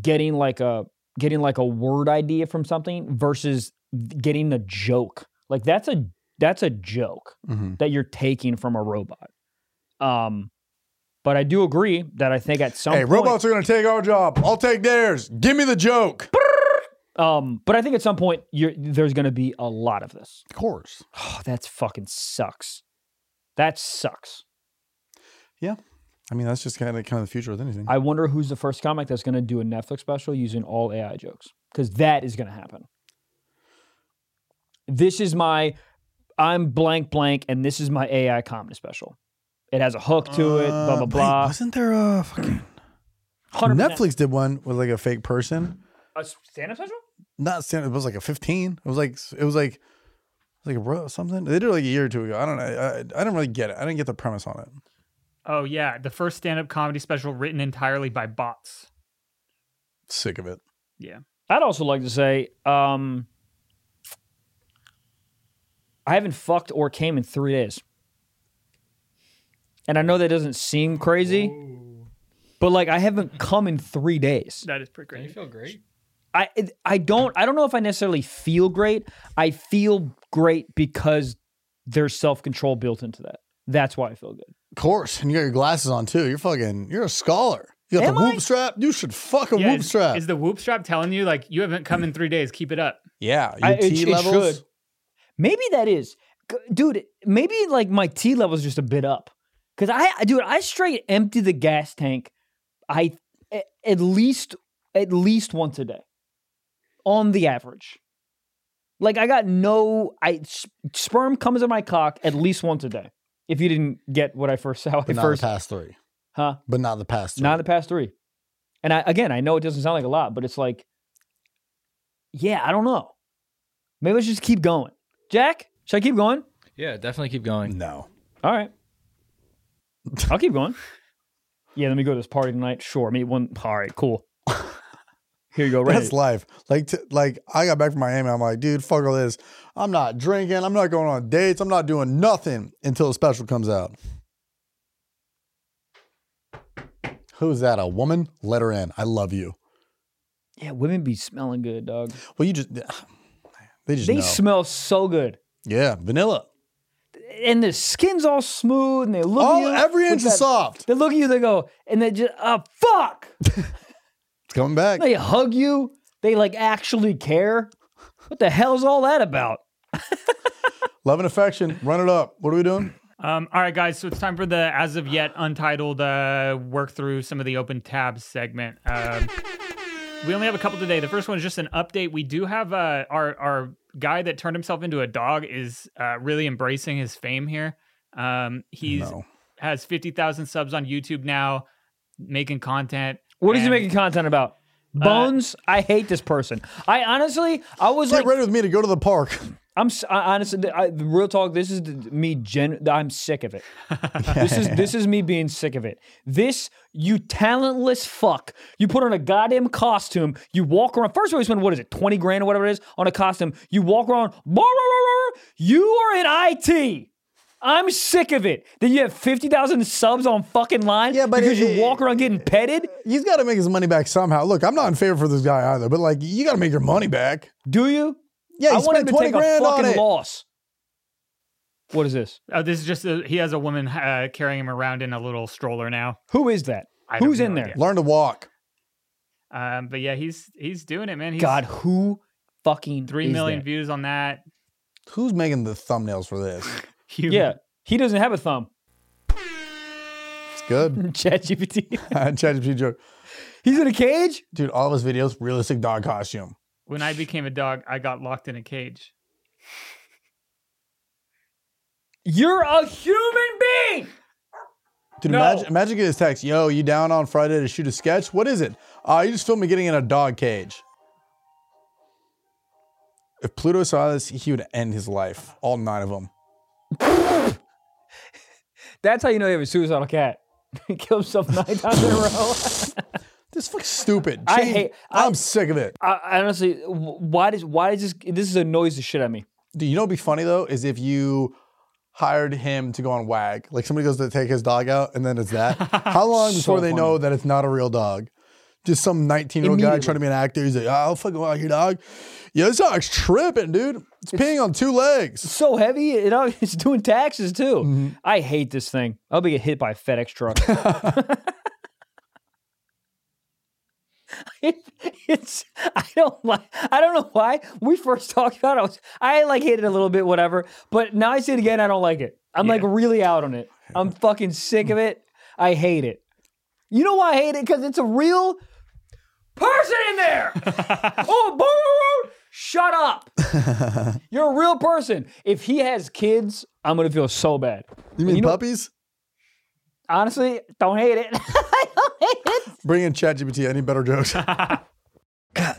S1: getting like a getting like a word idea from something versus getting a joke. Like that's a that's a joke
S2: Mm-hmm.
S1: that you're taking from a robot. Um but I do agree that I think at some
S2: Hey,
S1: point
S2: robots are gonna take our job. I'll take theirs. Give me the joke.
S1: um but I think at some point you're there's going to be a lot of this.
S2: Of course.
S1: Oh, that's fucking sucks. That sucks.
S2: I mean, that's just kind of kind of the future with anything.
S1: I wonder who's the first comic that's going to do a Netflix special using all AI jokes because that is going to happen. This is my I'm blank blank, and this is my AI comedy special. It has a hook to it, blah
S2: Uh,
S1: blah
S2: wait,
S1: blah.
S2: wasn't there a fucking
S1: 100%.
S2: Netflix did one with like a fake person?
S1: a stand-up special?
S2: Not stand. It was like a fifteen. It was like it was like it was like a ro- something. They did it like a year or two ago. I don't know. I, I didn't really get it. I didn't get the premise on it.
S4: Oh yeah, the first stand-up comedy special written entirely by bots.
S2: Sick of it.
S1: I'd also like to say um, I haven't fucked or came in three days, and I know that doesn't seem crazy,
S2: Oh.
S1: but like I haven't come in three days.
S4: That is pretty great.
S3: feel great.
S1: I it- I don't I don't know if I necessarily feel great. I feel great because there's self control built into that. That's why I feel good.
S2: Of course. And you got your glasses on too. You're fucking. You're a scholar. You got
S1: Am
S2: the
S1: I?
S2: whoop strap. You should fuck a
S4: Yeah,
S2: whoop
S4: is,
S2: strap.
S4: is the whoop strap telling you like you haven't come in three days? Keep it up.
S2: yeah. Your
S1: I- it-
S2: E T
S1: it
S2: levels.
S1: should. Maybe that is, G- dude. Maybe like my T level's just a bit up because I, I- dude, I straight empty the gas tank. I a- at least at least once a day, on the average. Like I got no, I s- sperm comes in my cock at least once a day. If you didn't get what I first how I
S2: But not
S1: first
S2: the past three.
S1: Huh?
S2: But not the past three.
S1: Not the past three. And I, again, I know it doesn't sound like a lot, but it's like, yeah, I don't know. Maybe let's just keep going. Jack, should I keep going?
S3: Yeah, definitely keep going.
S1: Mm.
S2: no.
S1: All right. I'll keep going. Yeah, let me go to this party tonight. Sure. Me one. All right, cool. Here you go. Right.
S2: That's life. Like, t- like I got back from Miami. I'm like, dude, fuck all this. I'm not drinking. I'm not going on dates. I'm not doing nothing until the special comes out. Who's that? A woman? Let her in. I love you.
S1: yeah, women be smelling good, dog.
S2: Well, you just they just
S1: They
S2: know.
S1: smell so good.
S2: yeah, vanilla.
S1: And the skin's all smooth and they look
S2: All
S1: at you.
S2: every
S1: with
S2: inch is
S1: Oh, that-
S2: soft.
S1: They look at you, they go, and they just, oh, fuck.
S2: It's coming back.
S1: They hug you. They like actually care. What the hell's all that about?
S2: Love and affection. Run it up. What are we doing?
S4: Um, all right, guys. So it's time for the as of yet untitled uh, work through some of the open tabs segment. Um, we only have a couple today. The first one is just an update. We do have uh, our our guy that turned himself into a dog is uh, really embracing his fame here. Um, he's
S2: No.
S4: has fifty thousand subs on YouTube now, making content.
S1: What is he
S4: and-
S1: making content about? Bones. I hate this person. I honestly, I was
S2: It's like
S1: like,
S2: ready with me to go to the park.
S1: I'm s- I, honestly, I, real talk. This is the, me. Gen, I'm sick of it. this is this is me being sick of it. This you talentless fuck. You put on a goddamn costume. You walk around. First of all, you spend what is it, twenty grand or whatever it is on a costume. You walk around. "Blah, blah, blah, blah, blah." You are in IT. I'm sick of it. Then you have fifty thousand subs on fucking line
S2: Yeah, but
S1: because
S2: it-
S1: you walk around getting petted.
S2: He's got to make his money back somehow. Look, I'm not in favor for this guy either, but like, you got to make your money back.
S1: Do you?
S2: Yeah,
S1: I
S2: he
S1: want him
S2: spent
S1: to
S2: twenty
S1: take a
S2: grand on
S1: fucking
S2: it.
S1: loss. What is this?
S4: Oh, this is just a, he has a woman uh, carrying him around in a little stroller now.
S1: Who is that?
S4: I have
S1: Who's
S4: no
S1: in there?
S4: idea.
S2: Learn to walk.
S4: Um, but yeah, he's he's doing it, man. He's
S1: God, who fucking
S4: three
S1: is
S4: million
S1: that?
S4: views on that.
S2: Who's making the thumbnails for this?
S4: Huge.
S1: Yeah, he doesn't have a thumb.
S2: It's good.
S1: ChatGPT.
S2: ChatGPT joke.
S1: He's in a cage.
S2: Dude, all of his videos, realistic dog costume.
S4: When I became a dog, I got locked in a cage.
S1: You're a human being.
S2: Dude,
S1: No.
S2: imagine, imagine getting his text. Yo, you down on Friday to shoot a sketch? What is it? Uh, you just filmed me getting in a dog cage. If Pluto saw this, he would end his life. All nine of them.
S1: That's how you know you have a suicidal cat. he killed himself nine times in a row.
S2: This fuck's stupid.
S1: I
S2: Change-
S1: hate- I-
S2: I'm sick of it.
S1: I, I honestly, wh- why does why does this this is annoys the shit out of me?
S2: Do you know what'd be funny though? Is if you hired him to go on wag. Like somebody goes to take his dog out and then it's that. How long before they
S1: funny.
S2: know that it's not a real dog? Just some 19 year old guy
S1: Immediately.
S2: trying to be an actor. He's like, I'll fucking walk your dog. Yo, this dog's tripping, dude. It's, peeing on two legs.
S1: So heavy, you know, it's doing taxes too. I hate this thing. I'll be get hit by a FedEx truck. it's I don't like I don't know why. When we first talked about it, I, was, I like hated it a little bit, whatever. But now I see it again, I don't like it. I'm like really out on it. I'm fucking sick of it. I hate it. You know why I hate it? Because it's a real person in there. oh, boo, boo, boo. shut up. You're a real person. If he has kids, I'm gonna feel so bad.
S2: You mean
S1: know-
S2: puppies?
S1: Honestly, don't hate it. I don't hate it.
S2: Bring in ChatGPT. Any better jokes? Goddamn.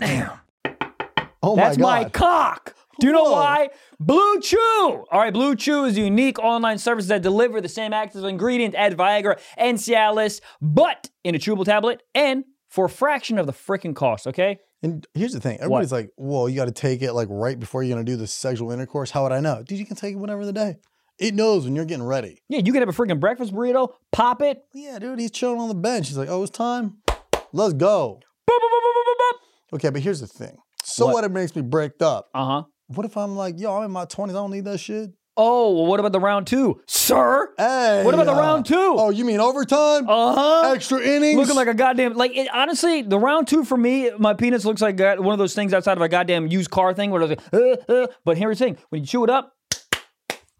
S2: Oh
S1: That's
S2: my
S1: my,
S2: god.
S1: cock. Do you know
S2: Whoa.
S1: why? Blue Chew. All right, Blue Chew is a unique online service that deliver the same active ingredients as Viagra and Cialis, but in a chewable tablet and for a fraction of the freaking cost, okay?
S2: and here's the thing. Everybody's like, whoa, you got to take it like right before you're going to do the sexual intercourse. How would I know? Dude, you can take it whenever of the day. It knows when you're getting ready.
S1: Yeah, you can have a freaking breakfast burrito, pop it.
S2: Yeah, dude, he's chilling on the bench. He's like, oh, it's time. Let's go.
S1: Boop, boop, boop, boop, boop, boop.
S2: Okay, but here's the thing. So what,
S1: What?
S2: if it makes me bricked up?
S1: Uh-huh.
S2: What if I'm like, yo, I'm in my 20s. I don't need that shit.
S1: Oh, well, what about the round two? Sir?
S2: Hey.
S1: What about the
S2: uh,
S1: round two?
S2: Oh, you mean overtime?
S1: Uh-huh.
S2: Extra innings?
S1: Looking like a goddamn like it, honestly, the round two for me, my penis looks like uh, one of those things outside of a goddamn used car thing where it's like, uh, uh. but here's the thing: when you chew it up,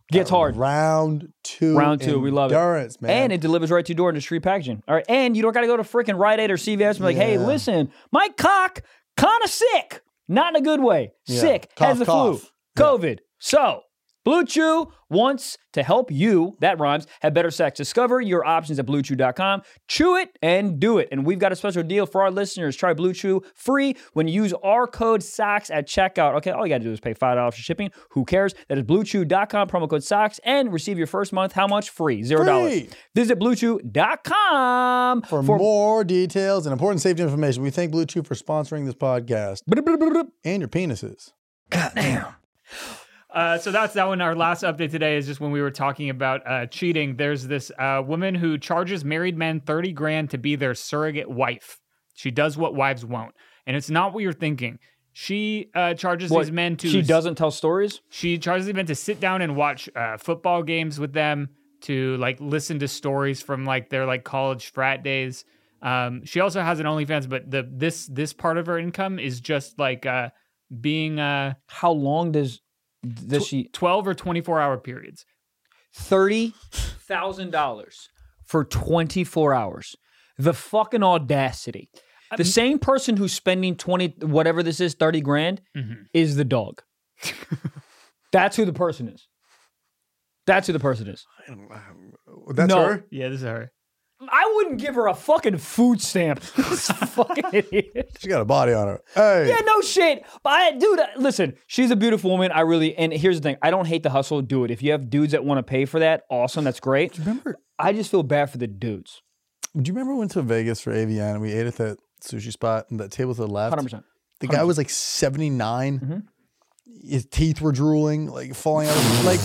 S1: gets hard,
S2: Round two.
S1: Round two, we love it.
S2: Endurance, man.
S1: and it delivers right to your door in discreet packaging. All right, and you don't got to go to freaking Rite Aid or CVS and be like, hey,
S2: Yeah.
S1: listen, my cock kind of sick, not in a good way, sick,
S2: Cough,
S1: has the flu,
S2: cough.
S1: COVID. So. Blue Chew wants to help you, that rhymes, have better sex. Discover your options at bluechew.com. Chew it and do it. And we've got a special deal for our listeners. Try Blue Chew free when you use our code SOCKS at checkout. Okay, all you got to do is pay $5 for shipping. Who cares? That is bluechew.com, promo code SOCKS, and receive your first month. How much? Free. Zero dollars.
S2: Free.
S1: Visit bluechew.com
S2: for, more details and important safety information, we thank Blue Chew for sponsoring this podcast and your penises.
S4: Uh, so that's that one. Our last update today is just when we were talking about uh, cheating. There's this uh, woman who charges married men 30 grand to be their surrogate wife. She does what wives won't. And it's not what you're thinking. She uh, charges
S1: What,
S4: these men to.
S1: She doesn't tell stories?
S4: She charges these men to sit down and watch uh, football games with them, to like listen to stories from like their like college frat days. Um, she also has an OnlyFans, but the this this part of her income is just like uh, being uh,
S1: How long does does she
S4: 12 or 24 hour periods.
S1: thirty thousand dollars for twenty four hours. The fucking audacity! The same person who's spending twenty whatever this is thirty grand is the dog. That's who the person is. That's who the person is.
S2: That's
S1: No.
S2: her?
S4: Yeah, this is her.
S1: I wouldn't give her a fucking food stamp. This fucking idiot.
S2: She got a body on her. Hey.
S1: Yeah, no shit. But I, dude, uh, listen, she's a beautiful woman. I really, and here's the thing I don't hate the hustle. Do it. If you have dudes that want to pay for that, awesome. That's great.
S2: Remember,
S1: I just feel bad for the dudes.
S2: do you remember we went to Vegas for AVN and we ate at that sushi spot and that table to the left?
S1: 100%.
S2: The guy was like 79.
S1: Mm-hmm.
S2: His teeth were drooling, like falling out. of- like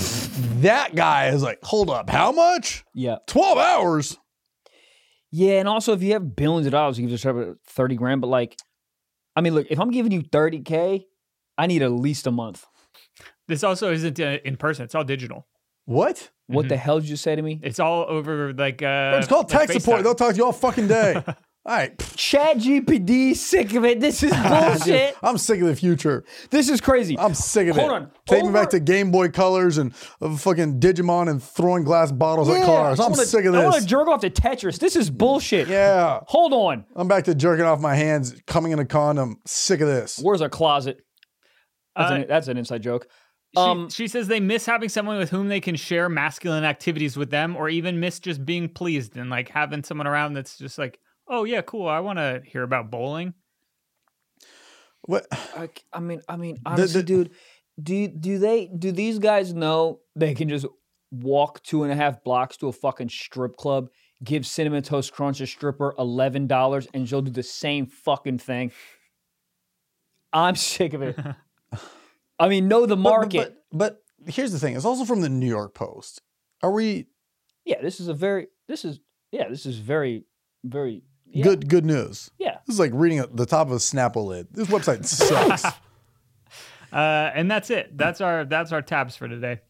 S2: that guy is like, hold up, how much?
S1: Yeah.
S2: 12 hours.
S1: Yeah, and also if you have billions of dollars, you can just have it at thirty grand. But like, I mean, look, if I'm giving you thirty k, I need at least a month.
S4: This also isn't uh, in person. It's all digital.
S2: What?
S1: What the hell did you say to me?
S4: It's all over like uh
S2: It's called
S4: like
S2: tech support.
S4: FaceTime.
S2: They'll talk to you all fucking day. all right. pfft,
S1: Chat GPD, sick of it. This is bullshit.
S2: I'm sick of the future.
S1: this is crazy.
S2: I'm sick of
S1: Hold
S2: it.
S1: on.
S2: Take me back
S1: Over-
S2: to Game Boy Colors and uh, fucking Digimon and throwing glass bottles at
S1: Yeah,
S2: cars.
S1: I
S2: I'm
S1: wanna-
S2: sick of
S1: I want to
S2: this.
S1: jerk off to Tetris. This is bullshit.
S2: Yeah.
S1: Hold on.
S2: I'm back to jerking off my hands, coming in a condom. Sick of this.
S1: Where's our closet? That's,
S4: Uh,
S1: an, that's an inside joke.
S4: She,
S1: Um,
S4: she says they miss having someone with whom they can share masculine activities with them, or even miss just being pleased and like having someone around that's just like, oh yeah, cool. I want to hear about bowling.
S2: What?
S1: I, c- I mean, I mean, honestly,
S2: the-
S1: dude, do do they do these guys know they can just walk two and a half blocks to a fucking strip club, give cinnamon toast crunch a stripper eleven dollars, and she'll do the same fucking thing? I'm sick of it. I mean, know the
S2: But- but-
S1: market.
S2: But, but here's the thing. It's also from the New York Post. Are we
S1: yeah, this is a very this is yeah this is very very yeah,
S2: good? Good news.
S1: Yeah.
S2: This is like reading at the top of a Snapple lid. This website sucks.
S4: Uh, and that's it. That's our that's our tabs for today.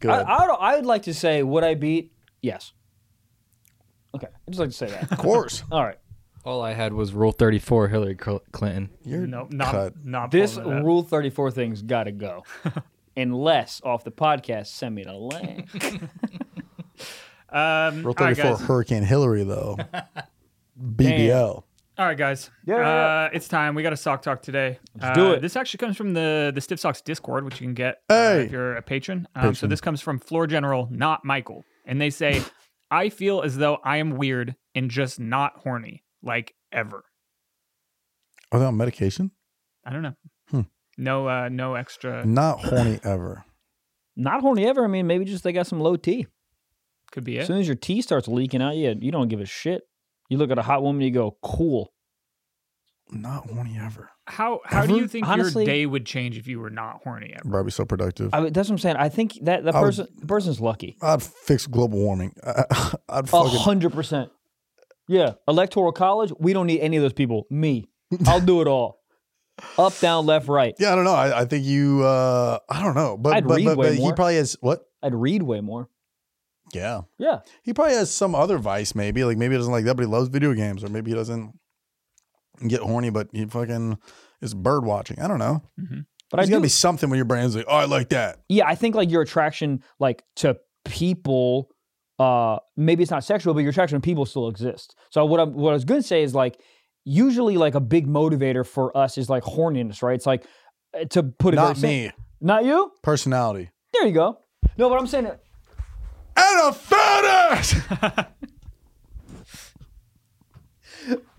S2: Good.
S1: I, I, would- I would like to say, would I beat? Yes. Okay, I just like to say that.
S2: of course.
S1: All right.
S3: All I had was Rule 34, Hillary Cl- Clinton.
S1: Mm.
S2: You're
S4: No, not
S2: cut.
S4: not
S1: This
S4: pulling it up.
S1: Rule 34 thing's got to go. Unless off the podcast, send me the link.
S4: Um,
S2: Rule
S4: all right,
S2: 34
S4: guys.
S2: Hurricane Hillary, though. BBL.
S4: All right, guys.
S1: Yeah, yeah,
S4: Uh, it's time. We got a sock talk today. Let's
S1: do it.
S4: This actually comes from the the Stiff Socks Discord, which you can get uh,
S2: Hey.
S4: if you're a patron. Um, so this comes from Floor General, not Michael, and they say, "I feel as though I am weird and just not horny, like ever.
S2: Are they on medication?
S4: I don't know.
S2: Hmm.
S4: No, uh, no extra.
S2: Not horny ever.
S1: Not horny ever. I mean, maybe just they got some low tea.
S4: Could be
S1: As
S4: it.
S1: soon as your tea starts leaking out, yeah, you don't give a shit. You look at a hot woman, you go, cool.
S2: Not horny ever.
S4: How how do
S1: Ever?
S4: you think
S1: Honestly-
S4: your day would change if you were not horny ever?
S2: Bro, I'd be so productive.
S1: I mean, that's what I'm saying. I think that the
S2: I would-
S1: person the person's lucky.
S2: I'd fix global warming. I, I'd
S1: A
S2: fucking.
S1: hundred percent. Yeah, electoral college. We don't need any of those people. Me, I'll do it all. Up, down, left, right.
S2: Yeah, I don't know. I, I think you. uh I don't know, but
S1: I'd
S2: but
S1: read
S2: but,
S1: way
S2: but he
S1: more.
S2: probably has what?
S1: I'd read way more.
S2: Yeah,
S1: Yeah,
S2: he probably has some other vice. Maybe like maybe he doesn't like that, but he loves video games, or maybe he doesn't get horny, but he fucking is bird watching. I don't know.
S1: but
S2: There's
S1: I do
S2: gotta be something when your brain's like, oh, I like that.
S1: yeah, I think like your attraction like to people, uh, maybe it's not sexual, but your attraction to people still exists. So what I what I was gonna say is like usually like a big motivator for us is like horniness, right? It's like uh, to put it very
S2: Not
S1: sim-
S2: me.
S1: not you.
S2: Personality.
S1: There you go. No, but I'm saying
S2: And a fetish.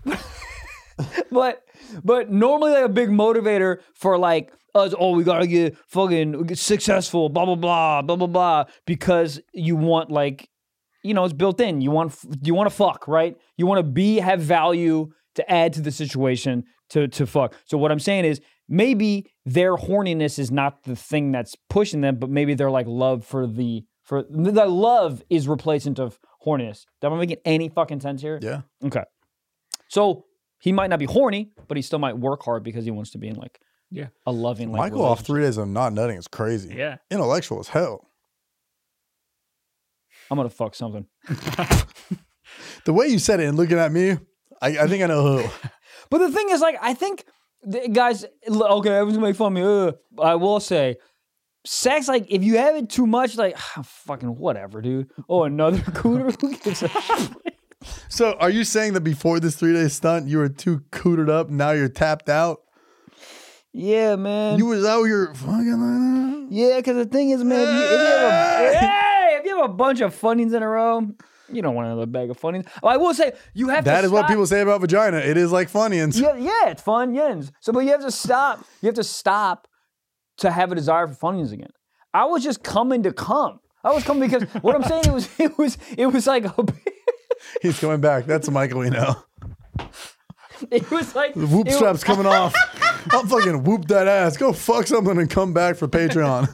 S1: but but normally like a big motivator for like us oh we gotta get fucking successful blah blah blah blah blah blah because you want like you know it's built in you want you want to fuck right you want to be have value to add to the situation to to fuck so what i'm saying is maybe their horniness is not the thing that's pushing them but maybe their like love for the for the love is replacement of horniness am i making any fucking sense here
S2: yeah.
S1: Okay. So he might not be horny, but he still might work hard because he wants to be in like
S4: Yeah.
S1: a loving like
S2: Michael off
S1: relationship.
S2: three days of not nutting is crazy.
S4: Yeah.
S2: Intellectual as hell.
S1: I'm gonna fuck something.
S2: The way you said it and looking at me, I, I think I know who.
S1: But the thing is, like, I think th- guys. l- Okay, everyone's gonna make fun of me. Ugh. I will say, sex. Like, if you have it too much, like, fucking whatever, dude. Oh, another cooter. Who gives a shit?
S2: So are you saying that before this three day stunt you were too cooted up, now you're tapped out?
S1: Yeah, man.
S2: You was out here fucking like that?
S1: yeah, because the thing is, man, if you, if you have a, hey, if you have a bunch of fundings in a row, you don't want another bag of fundings. I will say, you have to
S2: That is what
S1: stop-
S2: people say about vagina. It is like funyuns.
S1: Yeah, yeah, it's fun yens. So, but you have to stop. You have to stop to have a desire for fun yens again. I was just coming to come. I was coming because what I'm saying it was it was it was like a,
S2: He's coming back. That's Michael we know.
S1: it was like
S2: The whoop
S1: it-
S2: strap's coming off. I'll fucking whoop that ass. Go fuck something and come back for Patreon.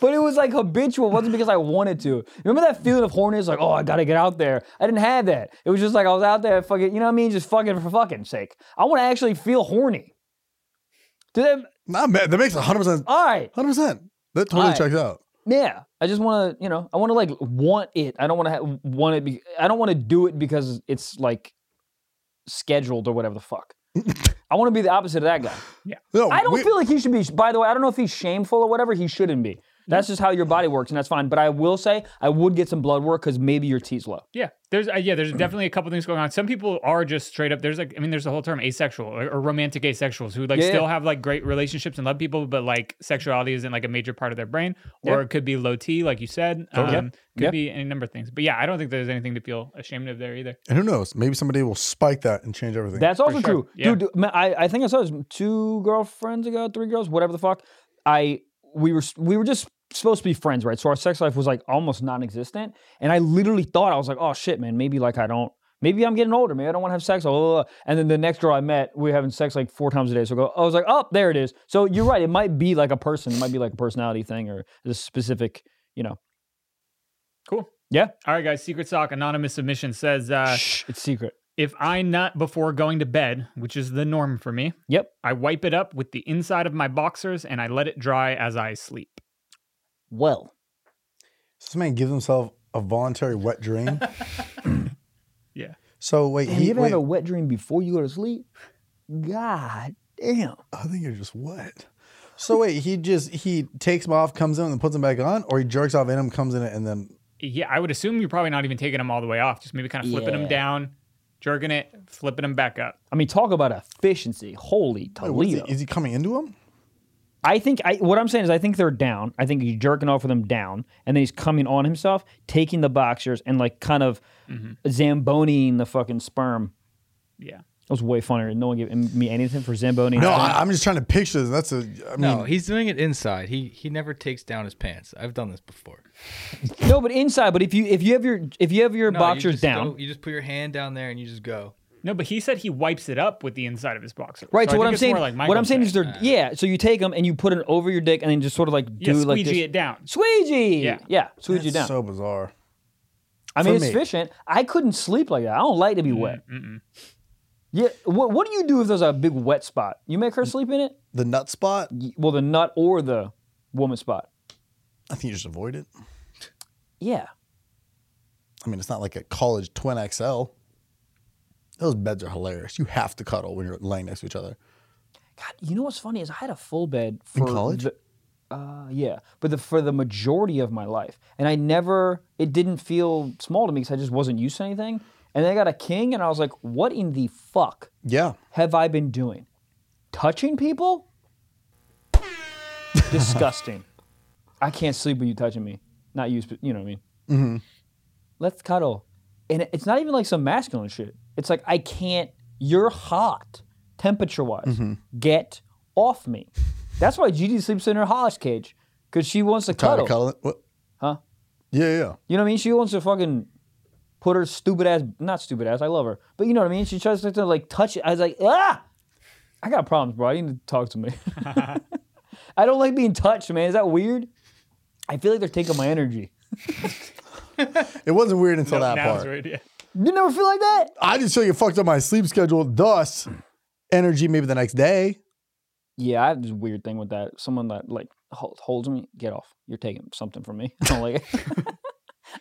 S1: but it was like habitual. It wasn't because I wanted to. Remember that feeling of horniness, like oh I gotta get out there. I didn't have that. It was just like I was out there fucking. You know what I mean? Just fucking for fucking sake. I want to actually feel horny. Did that,
S2: Not bad. That makes 100%.
S1: all right.
S2: 100%. That totally
S1: Alright.
S2: checks out.
S1: Yeah, I just want to, you know, I want to like want it. I don't want to ha- want it. Be- I don't want to do it because it's like scheduled or whatever the fuck. I want to be the opposite of that guy.
S2: No,
S1: I don't
S2: Oh, we-
S1: feel like he should be. By the way, I don't know if he's shameful or whatever. He shouldn't be. That's just how your body works, and that's fine. But I will say, I would get some blood work because maybe your T's low.
S4: Yeah, there's uh, yeah, there's
S1: Hmm.
S4: definitely a couple things going on. Some people are just straight up. There's like, I mean, there's a whole term asexual or, or romantic asexuals who like
S1: Yeah,
S4: still
S1: yeah.
S4: have like great relationships and love people, but like sexuality isn't like a major part of their brain. Or it could be low T, like you said. Um,
S1: Yep.
S4: Could
S1: Yep.
S4: be any number of things. But yeah, I don't think there's anything to feel ashamed of there either.
S2: And who knows? Maybe somebody will spike that and change everything.
S1: That's also
S4: sure.
S1: true,
S4: Yeah.
S1: dude. dude, man, I, I think I saw this two girlfriends ago, three girls, whatever the fuck. I we were we were just supposed to be friends, right? So our sex life was like almost non-existent, and I literally thought I was like, oh shit, man, maybe like I don't. Maybe I'm getting older. Maybe I don't want to have sex. blah, blah, blah. And then the next girl I met, we were having sex like four times a day. So I go, I was like, oh, there it is. So you're right. It might be like a person. It might be like a personality thing or a specific, you know.
S4: Cool.
S1: Yeah.
S4: All right, guys. Secret sock anonymous submission says, uh,
S1: Shh, it's secret.
S4: if I nut before going to bed, which is the norm for me,
S1: Yep.
S4: I wipe it up with the inside of my boxers and I let it dry as I sleep.
S1: Well,
S2: So this man gives himself a voluntary wet dream.
S4: Yeah.
S2: So wait,
S1: and
S2: he,
S1: you ever
S2: wait
S1: have a wet dream before you go to sleep? God damn.
S2: I think you're just wet. So wait, he just he takes him off, comes in, and then puts him back on, or he jerks off in him, comes in, and then
S4: Yeah, I would assume you're probably not even taking them all the way off, just maybe kind of flipping
S1: Yeah.
S4: them down, jerking it, flipping them back up.
S1: I mean, talk about efficiency. Holy
S2: Wait, what's he-
S1: Toledo.
S2: is he coming into him?
S1: I think I, what I'm saying is I think they're down. I think he's jerking off with them down, and then he's coming on himself, taking the boxers and like kind of
S4: Mm-hmm.
S1: zamboning the fucking sperm.
S4: Yeah.
S1: That was way funnier. No one gave me anything for zamboning.
S2: No,
S1: sperm.
S2: I, I'm just trying to picture this. That's a. I mean,
S3: No, he's doing it inside. He he never takes down his pants. I've done this before.
S1: no, but inside. But if you if you have your if you have your
S3: No, you
S1: boxers
S3: just
S1: down,
S3: go- you just put your hand down there and you just go.
S4: No, but he said he wipes it up with the inside of his boxer.
S1: right? So,
S4: I
S1: what
S4: think
S1: I'm
S4: it's
S1: saying,
S4: more like
S1: what I'm
S4: Michael's
S1: saying is
S4: saying.
S1: they're yeah. So you take them and you put it over your dick, and then just sort of like do like
S4: yeah, squeegee
S1: this.
S4: it down.
S1: Squeegee.
S4: Yeah.
S1: yeah. Squeegee
S2: that's
S1: down.
S2: so bizarre.
S1: I mean,
S2: For
S1: it's
S2: me.
S1: efficient. I couldn't sleep like that. I don't like to be wet. Yeah. What, what do you do if there's a big wet spot? You make her sleep in it?
S2: The nut spot,
S1: Y- Well, the nut or the woman spot.
S2: I think you just avoid it.
S1: Yeah.
S2: I mean, it's not like a college twin XL. Those beds are hilarious. You have to cuddle when you're laying next to each other.
S1: God, you know what's funny is I had a full bed for
S2: college?
S1: the- uh, yeah, but the, for the majority of my life, and I never. It didn't feel small to me because I just wasn't used to anything. And then I got a king, and I was like, "What in the fuck
S2: Yeah.
S1: have I been doing? Touching people? Disgusting. I can't sleep with you touching me. Not you, spe- you know what I mean? Mm-hmm. Let's cuddle. And it- it's not even like some masculine shit. It's like, I can't, you're hot, temperature wise. Get off me. That's why Gigi sleeps in her hollage cage because she wants to
S2: Try to
S1: cuddle.
S2: cuddle it. What?
S1: Huh?
S2: Yeah, yeah.
S1: You know what I mean? She wants to fucking put her stupid ass, not stupid ass, I love her, but you know what I mean? She tries to like touch it. I was like, ah, I got problems, bro. You need to talk to me. I don't like being touched, man. Is that weird? I feel like they're taking my energy.
S2: It wasn't weird until that
S4: Now it's
S2: part.
S4: weird, yeah.
S1: You never feel like that?
S2: I just feel you fucked up my sleep schedule, thus energy maybe the next day.
S1: Yeah, I have this weird thing with that. Someone that like hol- holds me, get off. You're taking something from me. I don't like it.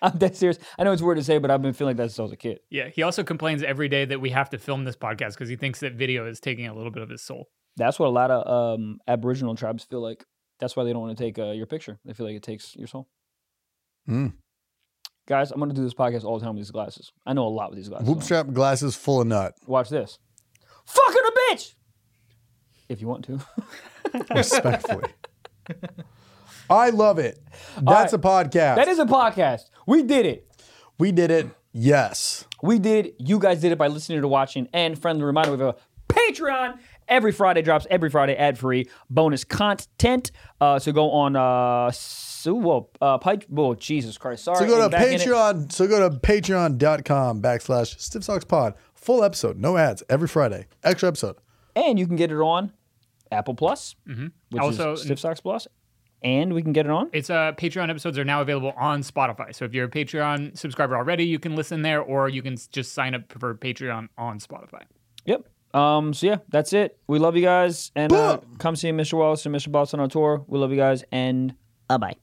S1: I'm dead serious. I know it's weird to say, but I've been feeling like that since I was a kid.
S4: Yeah, he also complains every day that we have to film this podcast because he thinks that video is taking a little bit of his soul.
S1: That's what a lot of um, Aboriginal tribes feel like. That's why they don't want to take uh, your picture. They feel like it takes your soul.
S2: Mm.
S1: Guys, I'm going to do this podcast all the time with these glasses. I know a lot with these glasses.
S2: Whoop
S1: on.
S2: strap glasses full of nut.
S1: Watch this. Fucking a bitch! If you want to.
S2: Respectfully. I love it.
S1: right.
S2: That's a podcast.
S1: that is a podcast. We did it.
S2: we did it. Yes.
S1: We did. You guys did it by listening to watching. And friendly reminder, we have a Patreon. Every Friday drops every Friday ad free bonus content. Uh, so go on. Uh, so, whoa, uh, Pike, whoa, Jesus Christ. Sorry.
S2: So go
S1: I'm
S2: to
S1: back in it.
S2: Patreon. So go to patreon.com backslash Stiff Socks Pod. Full episode, no ads, every Friday. Extra episode.
S1: and you can get it on Apple Plus, which
S4: Also-
S1: is Stiff Socks Plus, and we can get it on.
S4: It's uh, Patreon episodes are now available on Spotify. So if you're a Patreon subscriber already, you can listen there, or you can s- just sign up for Patreon on Spotify.
S1: Yep. Um. So yeah, that's it. We love you guys, and uh, come see Mr. Wallace and Mr. Boston on tour. We love you guys, and bye bye.